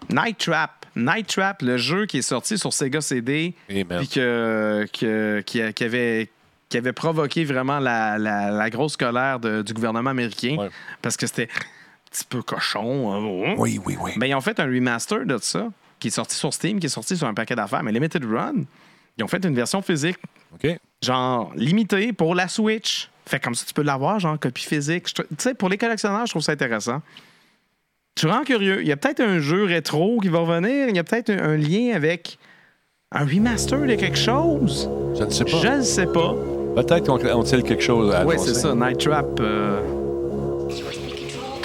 Night Trap. Night Trap, le jeu qui est sorti sur Sega CD,
Eh, man.
puis que, que- qui, a- qui avait, qui avait provoqué vraiment la, la- la grosse colère de- du gouvernement américain,
Ouais.
parce que c'était un petit peu cochon. hein.
Oui, oui, oui.
Ben, ils ont fait un remaster de ça, qui est sorti sur Steam, qui est sorti sur un paquet d'affaires, mais Limited Run, ils ont fait une version physique,
OK.
genre limitée pour la Switch. Fait comme ça, tu peux l'avoir, genre copie physique. Je trou- Tu sais, pour les collectionneurs, je trouve ça intéressant. Je suis vraiment curieux. Il y a peut-être un jeu rétro qui va revenir. Il y a peut-être un, un lien avec un remaster de quelque chose.
Je ne sais pas.
Je ne sais pas.
Peut-être qu'on on tire quelque chose à
Oui,
annoncer.
c'est ça, Night Trap. euh,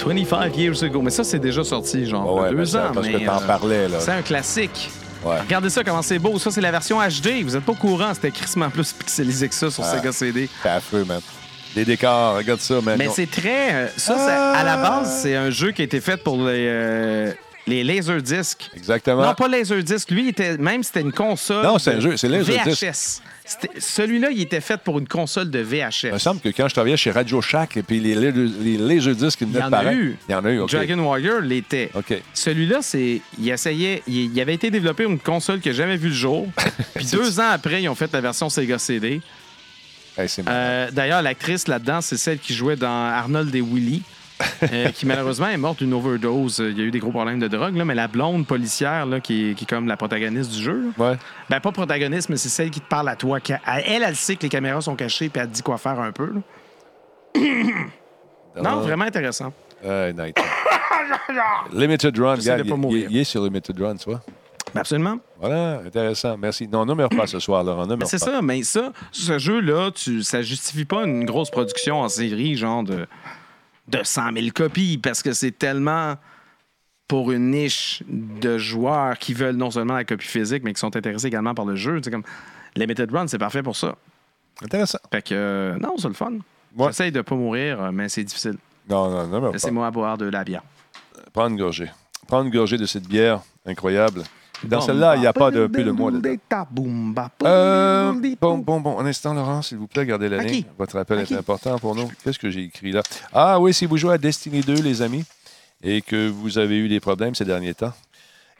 25 years ago. Mais ça, c'est déjà sorti, genre,
Ah Ouais,
il y a
mais
deux
ça,
ans.
parce
mais,
que t'en
euh,
parlais, là.
C'est un classique.
Ouais.
Regardez ça, comment c'est beau. Ça, c'est la version HD. Vous êtes pas au courant, c'était crissement plus pixelisé que ça sur
Ah.
Sega CD.
T'es à feu, man. Des décors, regarde ça, man.
Mais
Ils ont- Ah!
c'est très. euh, Ça, c'est- à la base, c'est un jeu qui a été fait pour les, euh, les Laserdisc.
Exactement.
Non, pas Laserdisc. Lui, il était, même c'était une console.
Non, c'est un
de
jeu, c'est Laserdisc.
VHS. C'était- Celui-là, il était fait pour une console de VHS.
Il me semble que quand je travaillais chez Radio Shack et puis les, les, les, les disques qui venaient
Il y
de
en a
paraître-
eu.
Il y en a eu, OK.
Dragon Warrior l'était.
OK.
Celui-là, c'est, il essayait, il, il avait été développé pour une console qui n'a jamais vu
[laughs]
le jour. Puis deux ans après, ils ont fait la version Sega CD.
Hey, c'est marrant.
Euh, D'ailleurs, l'actrice là-dedans, c'est celle qui jouait dans Arnold et Willy, euh,
[laughs]
qui malheureusement est morte d'une overdose. Il y a eu des gros problèmes de drogue, là, mais la blonde policière, là, qui, est, qui est comme la protagoniste du jeu, là.
Ouais.
ben pas protagoniste, mais c'est celle qui te parle à toi. qui- elle, elle, elle sait que les caméras sont cachées, puis elle te dit quoi faire un peu. là. [coughs] Non, vraiment intéressant.
Euh,
[laughs]
Night. Limited Run,
J'essaie
gars,
de
il,
pas mourir.
il- il est sur Limited Run, tu vois.
Ben, absolument.
Voilà, intéressant. Merci. Non, on ne meurt pas ce soir, Laurent. on ne
Ben,
meurt
c'est
pas.
ça, mais ça, ce jeu-là, tu, ça justifie pas une grosse production en série, genre de, de 100 000 copies, parce que c'est tellement pour une niche de joueurs qui veulent non seulement la copie physique, mais qui sont intéressés également par le jeu. Tu sais, comme Limited Run, c'est parfait pour ça.
Intéressant.
Fait que, euh, non, c'est le fun.
Ouais.
J'essaye de pas mourir, euh, mais c'est difficile.
Non, non, non, mais
Laissez-moi boire de la bière.
prendre une gorgée. Prendre une gorgée de cette bière incroyable. Dans celle-là, il n'y a pas de plus de moi dedans. Euh, bon, bon, bon, un instant, Laurent, s'il vous plaît, gardez la
À
ligne.
qui?
Votre appel
À
est
qui?
important pour nous. Qu'est-ce que j'ai écrit là? Ah oui, si vous jouez à Destiny 2, les amis, et que vous avez eu des problèmes ces derniers temps,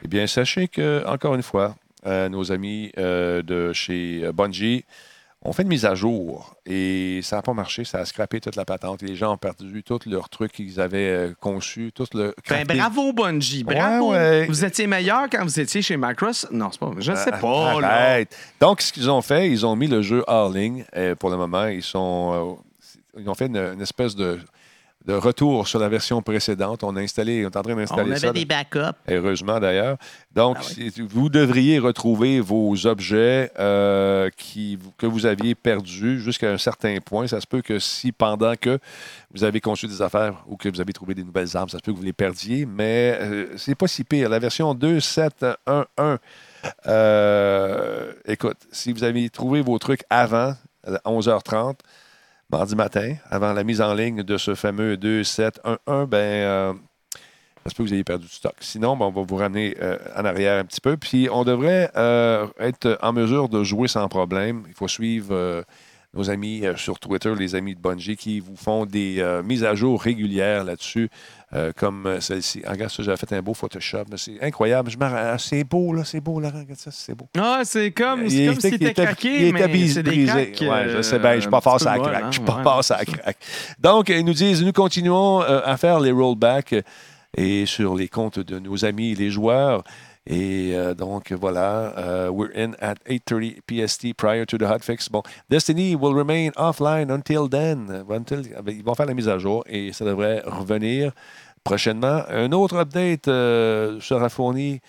eh bien, sachez que, encore une fois, euh, nos amis euh, de chez euh, Bungie ont fait une mise à jour et ça n'a pas marché, ça a scrappé toute la patente. Les gens ont perdu tous leurs trucs qu'ils avaient euh, conçus, tout le.
Ben,
crafting.
bravo, Bungie.
Ouais,
Bravo.
ouais.
Vous étiez meilleur quand vous étiez chez Microsoft. Non, c'est pas. Je sais
Ah,
pas. là.
arrête. Donc, ce qu'ils ont fait, ils ont mis le jeu en ligne. euh, pour le moment, ils, sont, euh, ils ont fait une, une espèce de, de retour sur la version précédente. On a installé, on est en train d'installer ça.
backups.
Heureusement d'ailleurs. Donc,
Ah
c'est- vous devriez retrouver vos objets euh, qui, que vous aviez perdus jusqu'à un certain point. Ça se peut que si pendant que vous avez conçu des affaires ou que vous avez trouvé des nouvelles armes, ça se peut que vous les perdiez, mais euh, c'est pas si pire. La version 2.7.1.1, euh, écoute, si vous avez trouvé vos trucs avant euh, à 11h30, mardi matin, avant la mise en ligne de ce fameux 2.7.1.1, ben... euh, ça se peut que vous ayez perdu du stock. Sinon, ben, on va vous ramener euh, en arrière un petit peu. Puis on devrait euh, être en mesure de jouer sans problème. Il faut suivre euh, nos amis euh, sur Twitter, les amis de Bungie, qui vous font des euh, mises à jour régulières là-dessus, euh, comme celle-ci. Ah, regarde ça, j'avais fait un beau Photoshop. là, C'est incroyable. Je m'en- ah, c'est beau, là, c'est beau, Laurent. Regarde ça, c'est beau.
Ah, c'est comme
Il
c'est comme
était-
s'il
il
était
était- il
craqué,
était
mais
brisé.
c'est des craques,
Ouais, je sais bien, je suis
euh,
pas
un
fort
petit peu
à la
molles,
craque.
hein,
Je suis pas
ouais.
fort à la craque. Donc, ils nous disent, nous continuons euh, à faire les rollbacks euh, et sur les comptes de nos amis les joueurs. Et euh, donc, voilà, euh, we're in at 8.30 PST prior to the hotfix. Bon, Destiny will remain offline until then. Until, ils vont faire la mise à jour et ça devrait revenir prochainement. Un autre update euh, sera fourni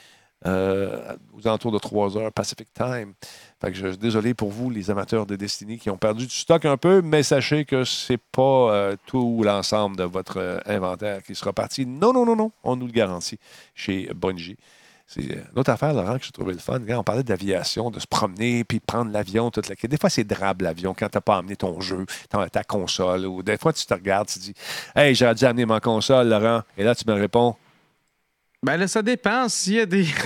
euh, aux alentours de 3 heures Pacific Time. Fait que je, désolé pour vous, les amateurs de Destiny, qui ont perdu du stock un peu, mais sachez que c'est pas euh, tout l'ensemble de votre euh, inventaire qui sera parti. Non, non, non, non, on nous le garantit chez Bungie. C'est euh, une autre affaire, Laurent, que j'ai trouvé le fun. Quand on parlait d'aviation, de se promener, puis de prendre l'avion, toute la quête. Des fois, c'est drabe l'avion quand t'as pas amené ton jeu, ton- ta console, ou des fois, tu te regardes, tu dis Hey, j'aurais dû amener ma console, Laurent. Et là, tu me réponds
Ben là, ça dépend s'il y a des. [laughs]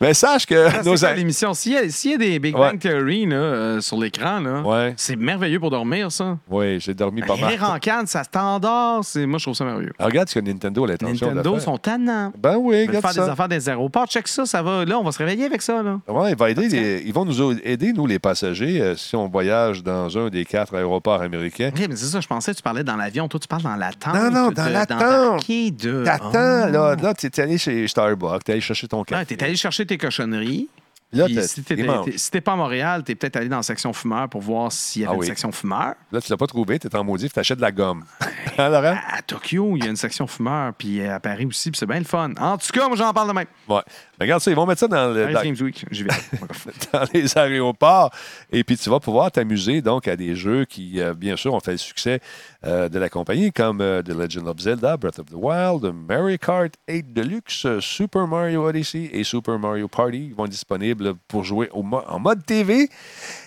Mais sache que
C'est
nos
quoi
amis.
l'émission. S'il y, a- s'il y a des Big
Ouais.
Bang Theory là, euh, sur l'écran, là,
Ouais,
c'est merveilleux pour dormir, ça. Ben,
ouais, j'ai dormi pas
Les
mal.
rancades, ça se t'endort. c'est- Moi, je trouve ça merveilleux.
Ah, regarde ce que Nintendo a l'intention de
Nintendo
faire.
sont tannants.
Ben oui,
Ils veulent
regarde
faire
ça.
des affaires des aéroports. Check ça, ça va. Là, on va se réveiller avec ça. Là.
Ouais, il va aider les- ils vont nous aider, nous, les passagers, euh, si on voyage dans un des quatre aéroports américains.
Ok, mais c'est ça, je pensais que tu parlais dans l'avion. Toi, tu parles dans la tente.
Non, non,
de-
dans la
d'embarquer De...
T'attends,
Oh.
là, là, t'es allé chez Starbucks, t'es allé chercher ton
Non,
café.
Ah, t'es allé chercher tes cochonneries.
là,
Puis
t'as-
si t'es
il mange.
t'es- si t'es pas à Montréal, t'es peut-être allé dans la section fumeur pour voir s'il y avait
Ah
une
oui.
section fumeur.
Là, tu l'as pas trouvé, t'es en maudit, puis t'achètes de la gomme. [laughs] Hein, Laurent?
À, à Tokyo, il y a une section fumeur, puis euh, à Paris aussi, puis c'est bien le fun. En tout cas, moi, j'en parle demain.
Ouais. Mais regarde ça, ils vont mettre ça dans, le,
Paris
dans-
Games Week, j'y vais. [laughs]
[laughs] dans les aéroports. Et puis, tu vas pouvoir t'amuser donc à des jeux qui, euh, bien sûr, ont fait le succès euh, de la compagnie, comme euh, The Legend of Zelda, Breath of the Wild, Mario Kart 8 Deluxe, euh, Super Mario Odyssey et Super Mario Party. Ils vont être disponibles pour jouer au mo- en mode TV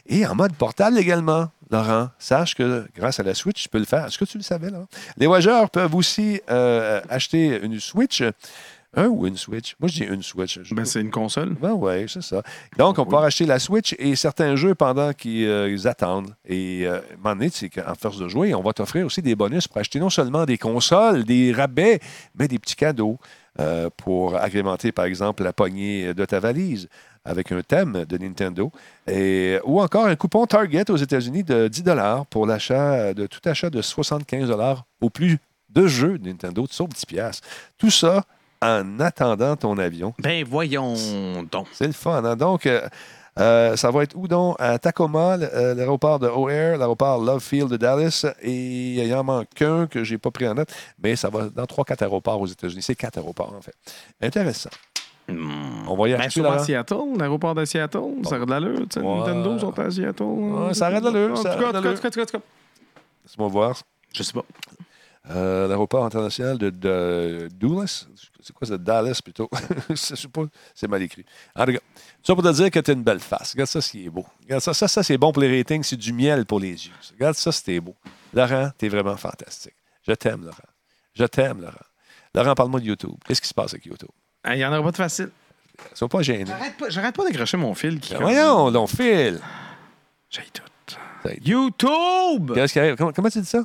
et en mode portable également. Laurent, sache que grâce à la Switch, tu peux le faire. Est-ce que tu le savais, Laurent? Les voyageurs peuvent aussi euh, acheter une Switch. Un ou une Switch? Moi, je dis une Switch. Je-
ben, c'est une console.
ben oui, c'est ça. Donc, on peut racheter la Switch et certains jeux pendant qu'ils euh, ils attendent. Et euh, à un moment donné, c'est qu'en force de jouer, on va t'offrir aussi des bonus pour acheter non seulement des consoles, des rabais, mais des petits cadeaux euh, pour agrémenter, par exemple, la poignée de ta valise avec un thème de Nintendo. Et, ou encore un coupon Target aux États-Unis de 10 pour l'achat de tout achat de 75 au plus de jeux Nintendo, tu sauves 10 piastres. Tout ça en attendant ton avion.
Ben, voyons donc.
C'est le fun. hein? Donc, euh, euh, ça va être où donc? À Tacoma, l- euh, l'aéroport de O'Hare, l'aéroport Love Field de Dallas. Et il en manque un que j'ai pas pris en note, mais ça va dans 3-4 aéroports aux États-Unis. C'est 4 aéroports, en fait. Intéressant. On va y
Ben,
arriver.
sûrement
Laurent?
Seattle, l'aéroport de Seattle, ça aurait de l'allure. tu sais,
Ouais.
Nintendo sont à Seattle. hein.
Ouais, ça aurait de l'allure,
En
ça
tout cas,
aurait de
en tout cas, en tout cas, en tout cas, en tout cas.
Laisse-moi voir.
Je sais pas.
Euh, l'aéroport international de, de Dulles. C'est quoi, c'est Dallas plutôt? [laughs] Je sais pas, c'est mal écrit. En tout cas, tout ça pour te dire que t'as une belle face. Regarde ça, c'est beau. Regarde ça, ça, ça c'est bon pour les ratings, c'est du miel pour les yeux. Regarde ça, c'était beau. Laurent, t'es vraiment fantastique. Je t'aime, Laurent. Je t'aime, Laurent. Laurent, parle-moi de YouTube. Qu'est-ce qui se passe avec YouTube?
Ah, Il n'y en aura pas de facile.
Sois pas gêné.
J'arrête pas, j'arrête pas d'accrocher mon fil. Qui,
Ben
comme-
voyons, l'on file.
J'ai tout.
T'as-
YouTube!
Qu'est-ce qui arrive? Comment, comment tu dis ça?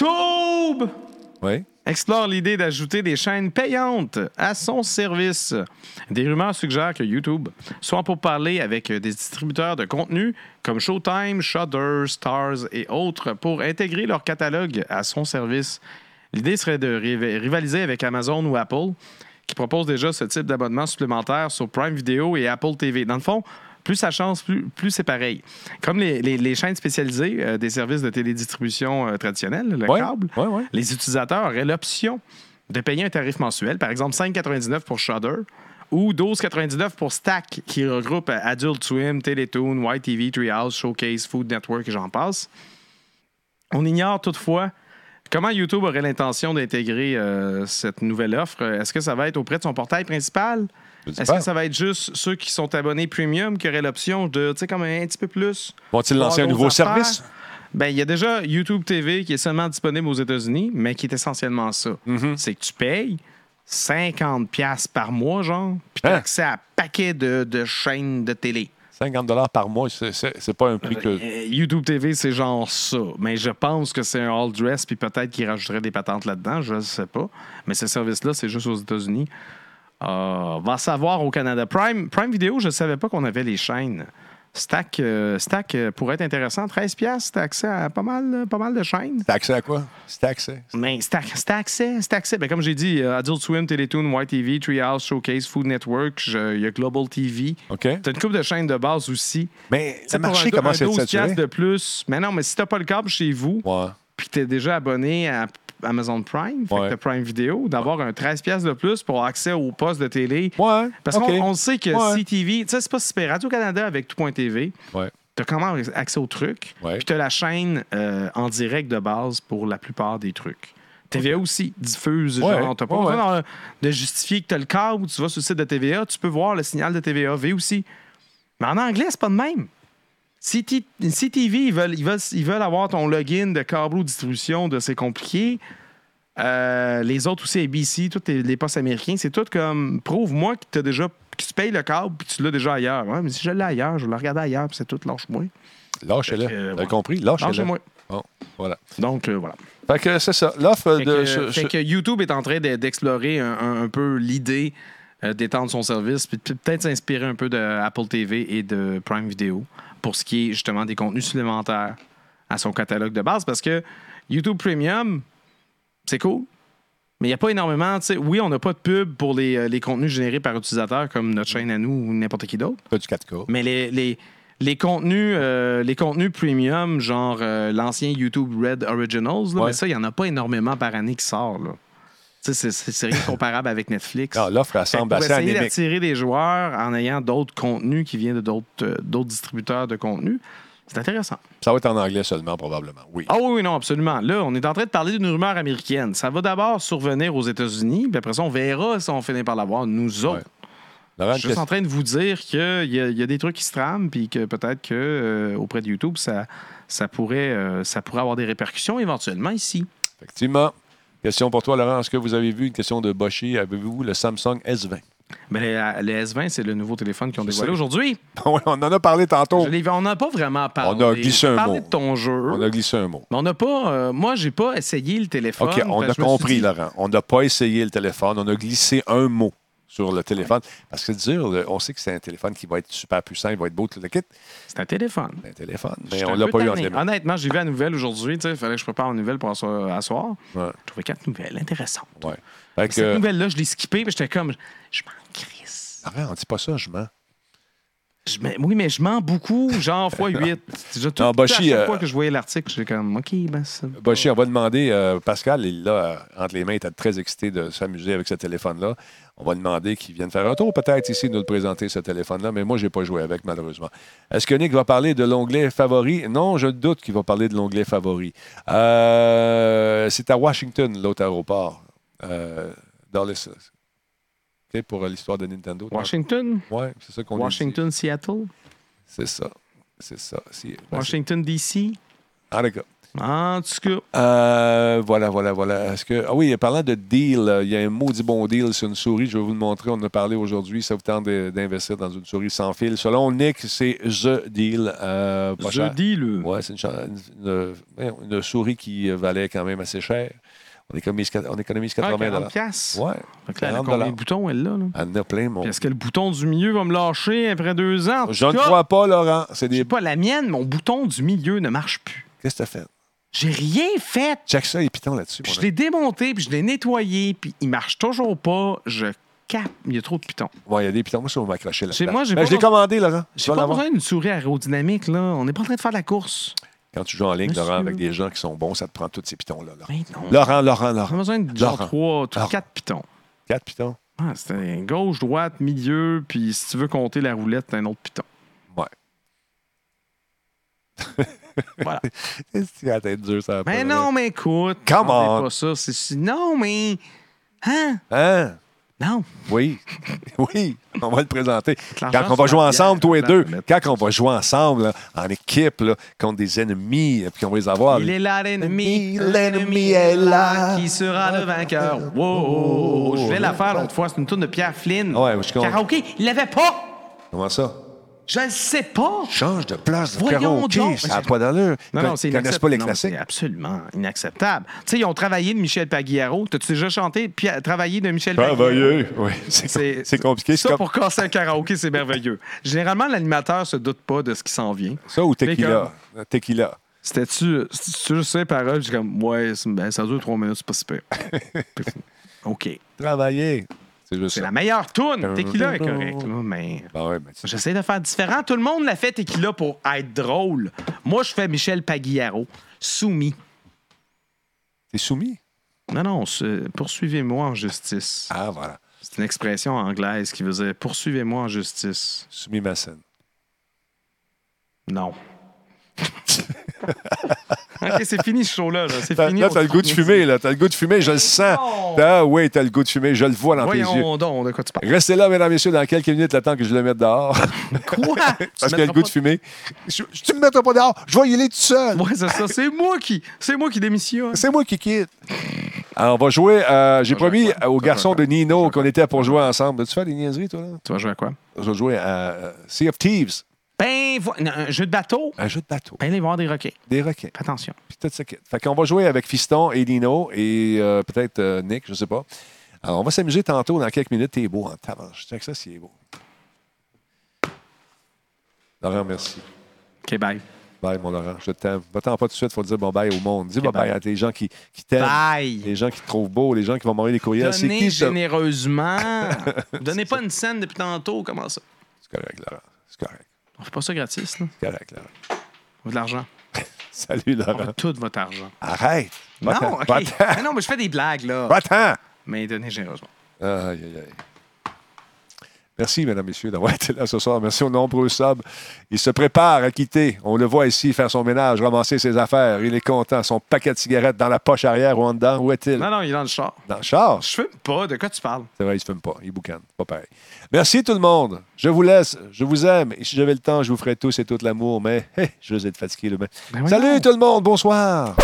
YouTube!
Oui.
Explore l'idée d'ajouter des chaînes payantes à son service. Des rumeurs suggèrent que YouTube soit pour parler avec des distributeurs de contenu comme Showtime, Shudder, Stars et autres pour intégrer leur catalogue à son service. L'idée serait de riv- rivaliser avec Amazon ou Apple, qui propose déjà ce type d'abonnement supplémentaire sur Prime Video et Apple TV. Dans le fond, plus ça change, plus, plus c'est pareil. Comme les, les- les chaînes spécialisées euh, des services de télédistribution euh, traditionnels, le
Oui,
câble,
oui, oui.
les utilisateurs auraient l'option de payer un tarif mensuel, par exemple 5,99 pour Shudder ou 12,99 pour Stack, qui regroupe euh, Adult Swim, Teletoon, YTV, Treehouse, Showcase, Food Network et j'en passe. On ignore toutefois comment YouTube aurait l'intention d'intégrer euh, cette nouvelle offre. Est-ce que ça va être auprès de son portail principal?
Je dis
Est-ce
pas.
que ça va être juste ceux qui sont abonnés premium qui auraient l'option de, tu sais, comme un petit peu plus?
Vont-ils lancer un
Avoir
nouveau
d'autres affaires?
service?
Ben, il y a déjà YouTube TV qui est seulement disponible aux États-Unis, mais qui est essentiellement ça.
Mhm.
C'est que tu payes 50$ piastres par mois, genre, puis tu
Hein?
accès à un paquet de, de chaînes de télé.
50 par mois, c'est- c'est c'est pas un prix que.
Euh, YouTube TV, c'est genre ça. Mais je pense que c'est un all-dress, puis peut-être qu'ils rajouteraient des patentes là-dedans, je ne sais pas. Mais ce service-là, c'est juste aux États-Unis. Euh, va savoir au Canada. Prime, Prime Video, je ne savais pas qu'on avait les chaînes. Stack, euh, Stack euh, pourrait être intéressant. 13$, piastres, t'as accès à pas mal, euh, pas mal de chaînes.
C'est accès à quoi? C'est accès.
Mais c'est acc- c'est accès, c'est accès. Ben, comme j'ai dit, euh, Adult Swim, Télétoon, YTV, Treehouse, Showcase, Food Network, je- il y a Global TV.
OK.
T'as une couple de chaînes de base aussi.
Mais
Ça
le marché
un,
commence à
un
être
12
saturé.
piastres de plus. Mais non, mais si t'as pas le câble chez vous,
Ouais.
puis t'es déjà abonné à Amazon Prime, fait
Ouais.
que t'as Prime Vidéo, d'avoir un 13 piastres de plus pour avoir accès au poste de télé.
Ouais.
Parce
OK.
qu'on on sait que
Ouais.
CTV, tu sais, c'est pas super. Radio-Canada avec Tout.tv,
Ouais.
t'as quand même accès au truc.
Ouais.
Puis t'as la chaîne euh, en direct de base pour la plupart des trucs. TVA aussi diffuse.
Ouais.
Genre, t'as pas
Ouais,
besoin
ouais.
d'avoir- de justifier que t'as le câble. Tu vas sur le site de TVA, tu peux voir le signal de TVA V aussi. Mais en anglais, c'est pas de même. CT CTV, ils veulent, ils, veulent, ils veulent avoir ton login de câble ou distribution, de c'est compliqué. Euh, les autres aussi, ABC, tous les, les postes américains, c'est tout comme prouve-moi que tu déjà que tu payes le câble puis tu l'as déjà ailleurs. Ouais, mais si je l'ai ailleurs, je vais le regarder ailleurs, puis c'est tout, lâche-moi.
Lâchez-le.
Fait que, euh,
T'as
ouais.
compris? Lâchez-le.
Lâchez-moi.
Bon, voilà.
Donc euh, voilà.
Fait que c'est ça. L'offre de.
Fait que,
ce-
fait
ce-
que YouTube est en train de- d'explorer un, un- un peu l'idée euh, d'étendre son service, puis de- peut-être s'inspirer un peu de Apple TV et de Prime Video pour ce qui est justement des contenus supplémentaires à son catalogue de base, parce que YouTube Premium, c'est cool. Mais il n'y a pas énormément, tu sais, oui, on n'a pas de pub pour les, euh, les contenus générés par utilisateurs comme notre chaîne à nous ou n'importe qui d'autre.
Pas du 4K.
Mais les, les, les contenus, euh, les contenus premium, genre euh, l'ancien YouTube Red Originals, là,
Ouais.
mais ça, il n'y en a pas énormément par année qui sort. là. Tu sais, C'est c'est- c'est rien de comparable avec Netflix.
Non, l'offre, elle
Fait que
semble
pour
assez
essayer
anémique.
d'attirer des joueurs en ayant d'autres contenus qui viennent de d'autres euh, d'autres distributeurs de contenus, c'est intéressant.
Ça va être en anglais seulement, probablement. Oui.
Ah oui, oui, non, absolument. Là, on est en train de parler d'une rumeur américaine. Ça va d'abord survenir aux États-Unis, puis après ça, on verra si on finit par l'avoir, nous autres.
Ouais. On aurait
Je
une
suis juste en train de vous dire qu'il y, a- il y a des trucs qui se trament, puis que peut-être que euh, auprès de YouTube, ça, ça, pourrait, euh, ça pourrait avoir des répercussions éventuellement ici.
Effectivement. Question pour toi, Laurent. Est-ce que vous avez vu une question de Boshi? Avez-vous le Samsung
[laughs]
S20?
Mais euh, le, le S20, c'est le nouveau téléphone qu'ils ont
Je
dévoilé
sais.
aujourd'hui.
Oui, on en a parlé tantôt.
Je l'ai- On n'a pas vraiment parlé.
On a glissé un
parlé
mot.
de ton jeu.
On a glissé un mot.
Mais on n'a pas. euh, moi, j'ai pas essayé le téléphone.
OK, on
parce
a
que je me suis
compris,
dit-
Laurent. On n'a pas essayé le téléphone. On a glissé un mot sur le téléphone. Parce que dire, le- on sait que c'est un téléphone qui va être super puissant, il va être beau, tout le kit.
C'est un téléphone.
C'est un téléphone. Mais
J'étais
on
un
l'a
peu
pas eu en
tanné.
téléphone.
Honnêtement, j'ai vu la nouvelle aujourd'hui. Il fallait que je prépare une nouvelle pour asseoir. asseoir.
Ouais.
J'ai trouvé quatre nouvelles intéressantes.
Ouais. Fait que,
Cette nouvelle-là, je l'ai skippée, mais j'étais comme. Je m'en crisse.
Laurent, on dit pas ça, je mens.
Je mets- oui, mais je mens beaucoup, genre
[laughs]
fois 8. C'est déjà tout,
Non,
tout à
Boshi,
chaque
euh,
fois que je voyais l'article, j'étais comme, OK, ben ça.
Boshi, on va demander, euh, Pascal, il l'a euh, entre les mains, il était très excité de s'amuser avec ce téléphone-là. On va demander qu'il vienne faire un tour peut-être ici, nous le présenter, ce téléphone-là, mais moi, je n'ai pas joué avec, malheureusement. Est-ce que Nick va parler de l'onglet favori? Non, je doute qu'il va parler de l'onglet favori. Euh, c'est à Washington, l'autre aéroport, euh, Dallas. OK, pour euh, l'histoire de Nintendo.
Washington?
Ouais, c'est ça qu'on a dit.
Washington, Seattle?
C'est ça. C'est ça. Si- ben, c'est-
Washington, D.C.?
En tout cas.
En tout cas,
Euh, voilà, voilà, voilà. Est-ce que... Ah oui, parlant de deal, euh, il y a un maudit bon deal sur une souris. Je vais vous le montrer. On en a parlé aujourd'hui. Ça vous tente de- d'investir dans une souris sans fil. Selon Nick, c'est The Deal. Euh, pas cher.
jeudi, le.
Ouais, c'est une, cha- une- une- une souris qui euh, valait quand même assez cher. On économise, quat- on économise 80
40 Ah, piastres.
Ouais,
Fait que là, elle a
40
combien de boutons, elle, là? là?
Elle en a plein, mon.
Puis est-ce que le bouton du milieu va me lâcher après deux ans? En
Je
tout
ne
cas,
crois pas, Laurent. C'est des.
j'ai pas la mienne, mon bouton du milieu ne marche plus.
Qu'est-ce que t'as fait?
J'ai rien fait!
Check ça, les pitons là-dessus.
Puis
mon
je l'ai démonté, puis je l'ai nettoyé, puis il marche toujours pas. Je cap. Il y a trop de pitons.
ami. Ouais, il y a des pitons. Moi, ça va m'accrocher là-dedans.
moi, j'ai
Mais
pas
je l'ai
besoin-
Ben, commandé, Laurent. Tu
J'ai
vas
pas
l'avoir.
besoin d'une souris aérodynamique, là. On n'est pas en train de faire de la course.
Quand tu joues en ligne,
Monsieur.
Laurent, avec des gens qui sont bons, ça te prend tous ces pitons-là. Laurent.
Mais non.
Laurent, Laurent,
On a
Laurent.
besoin de genre
Laurent.
trois, trois,
Laurent.
quatre pitons.
Quatre pitons.
Ah, c'était gauche, droite, milieu, puis si tu veux compter la roulette, t'as un autre piton.
Ouais. [laughs] [laughs]
Voilà.
Est-ce que la tête dure, ça va
Mais
pas,
Ben non, mais écoute.
Come
on fait
on.
pas ça. C'est- c'est- Non, mais. Hein?
Hein?
Non.
Oui. [laughs] oui. On va le présenter.
l'argent,
Quand on va
c'est
jouer
la
ensemble,
pierre,
toi et
la
deux,
planète.
quand on va jouer ensemble, là, en équipe, là, contre des ennemis, euh, puis qu'on va les avoir.
Il est là, l'ennemi.
L'ennemi est là. Oh.
Qui sera le vainqueur? oh, Wow! Je vais la faire l'autre fois. C'est une tourne de Pierre Flynn.
Ouais, je comprends.
Karaoké, il l'avait pas!
Comment ça?
Je ne sais pas.
Change de place de
Voyons
karaoké.
donc.
Ça n'a pas d'allure.
Non,
Ils
non, c'est
ne connaissent pas les
inacceptable. Non,
classiques.
c'est absolument inacceptable. Tu sais, ils ont travaillé de Michel Pagliaro. T'as-tu déjà chanté, puis euh, travaillé de Michel Pagliaro?
Oui, [laughs]
C'est-
c'est c'est compliqué.
Ça,
C'est comme
pour casser un karaoké, c'est merveilleux. Généralement, l'animateur se doute pas de ce qui s'en vient.
ça ou tequila. Tequila.
C'était-tu c'était-tu juste ces paroles? J'ai comme, ouais, c'est- ben, ça dure trois minutes, c'est pas si pire.
[laughs]
Puis, OK.
Travailler. C'est juste
C'est
ça.
la meilleure toune. Tequila est correct, là, mais...
Ben ouais, mais tu-
J'essaie de faire différent. Tout le monde l'a fait Tequila pour être drôle. Moi, je fais Michel Pagliaro. Soumis.
t'es soumis.
Non, non, c'est- poursuivez-moi en justice.
Ah, voilà.
C'est une expression anglaise qui veut dire poursuivez-moi en justice.
Soumis ma scène. [laughs]
Non. ok, c'est fini ce show-là. là. C'est
T'as-
fini.
Là,
on-
t'as le goût de fumer, là. T'as le goût de fumer, je le sens. Ah oui, t'as le goût de fumer, je le vois dans tes yeux.
Voyons donc de quoi
[laughs]
tu parles.
Restez là, mesdames, messieurs, dans quelques minutes, le temps que je le mette dehors.
Quoi?
[laughs] Parce qu'il y a le goût de fumer. Je- je- Tu me mettras pas dehors, je vais y aller tout seul.
Ouais, c'est ça. C'est moi qui, c'est moi qui démissionne.
C'est moi qui quitte. Alors, on va jouer. euh, J'ai
Ça joue à
promis
quoi?
aux
Ça joue à
garçons de
quoi?
Nino qu'on était pour jouer ensemble. Tu fais des niaiseries, toi, là?
Tu vas jouer à quoi?
Je vais jouer à euh, Sea of Thieves,
Ben, vo- non, un jeu de bateau.
un jeu de bateau,
Ben, aller voir des requins.
des requins,
Fais Attention.
puis tout ça. Fait qu'on va jouer avec Fiston et Nino et euh, peut-être euh, Nick, je sais pas. Alors, on va s'amuser tantôt dans quelques minutes. T'es beau en tavanche. Check ça, c'est beau. Laurent, merci.
OK, bye.
Bye, mon Laurent. Je t'aime. Va-t'en pas tout de suite. Faut dire bon bye au monde. Dis bon
bye.
bye à tes gens qui, qui t'aiment.
Bye.
Les gens qui te trouvent beau, les gens qui vont m'envoyer des courriels. C'est
Donnez
qui ce... [laughs]
généreusement. Donnez pas une scène depuis tantôt. Comment ça?
C'est correct, Laurent. C'est correct.
On fait pas ça gratis, là.
C'est correct, Laurent.
On veut de l'argent.
Salut,
On
Laurent.
veut tout votre argent.
Arrête.
Non,
Va-t'en.
OK.
Va-t'en.
Mais non, mais je fais des blagues, là.
Va-t'en.
Mais donnez généreusement.
Aïe, aïe, aïe. Merci, mesdames, messieurs, d'avoir [laughs] été là ce soir. Merci aux nombreux subs. Il se prépare à quitter. On le voit ici faire son ménage, ramasser ses affaires. Il est content. Son paquet de cigarettes dans la poche arrière ou en dedans. Où est-il?
Non, non, il est dans le char.
Dans le char.
Je fume pas. De quoi tu parles?
C'est vrai, il se fume pas. Il boucane. Pas pareil. Merci tout le monde. Je vous laisse. Je vous aime. Et si j'avais le temps, je vous ferais tous et toutes l'amour. Mais hé, je risque d'être fatigué demain.
Ben voyons.
Salut tout le monde. Bonsoir.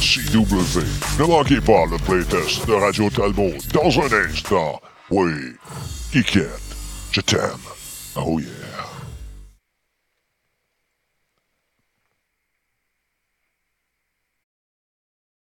CW. Ne manquez pas le playtest de Radio Talbot dans un instant. Oui, Geekette, je t'aime. Oh yeah.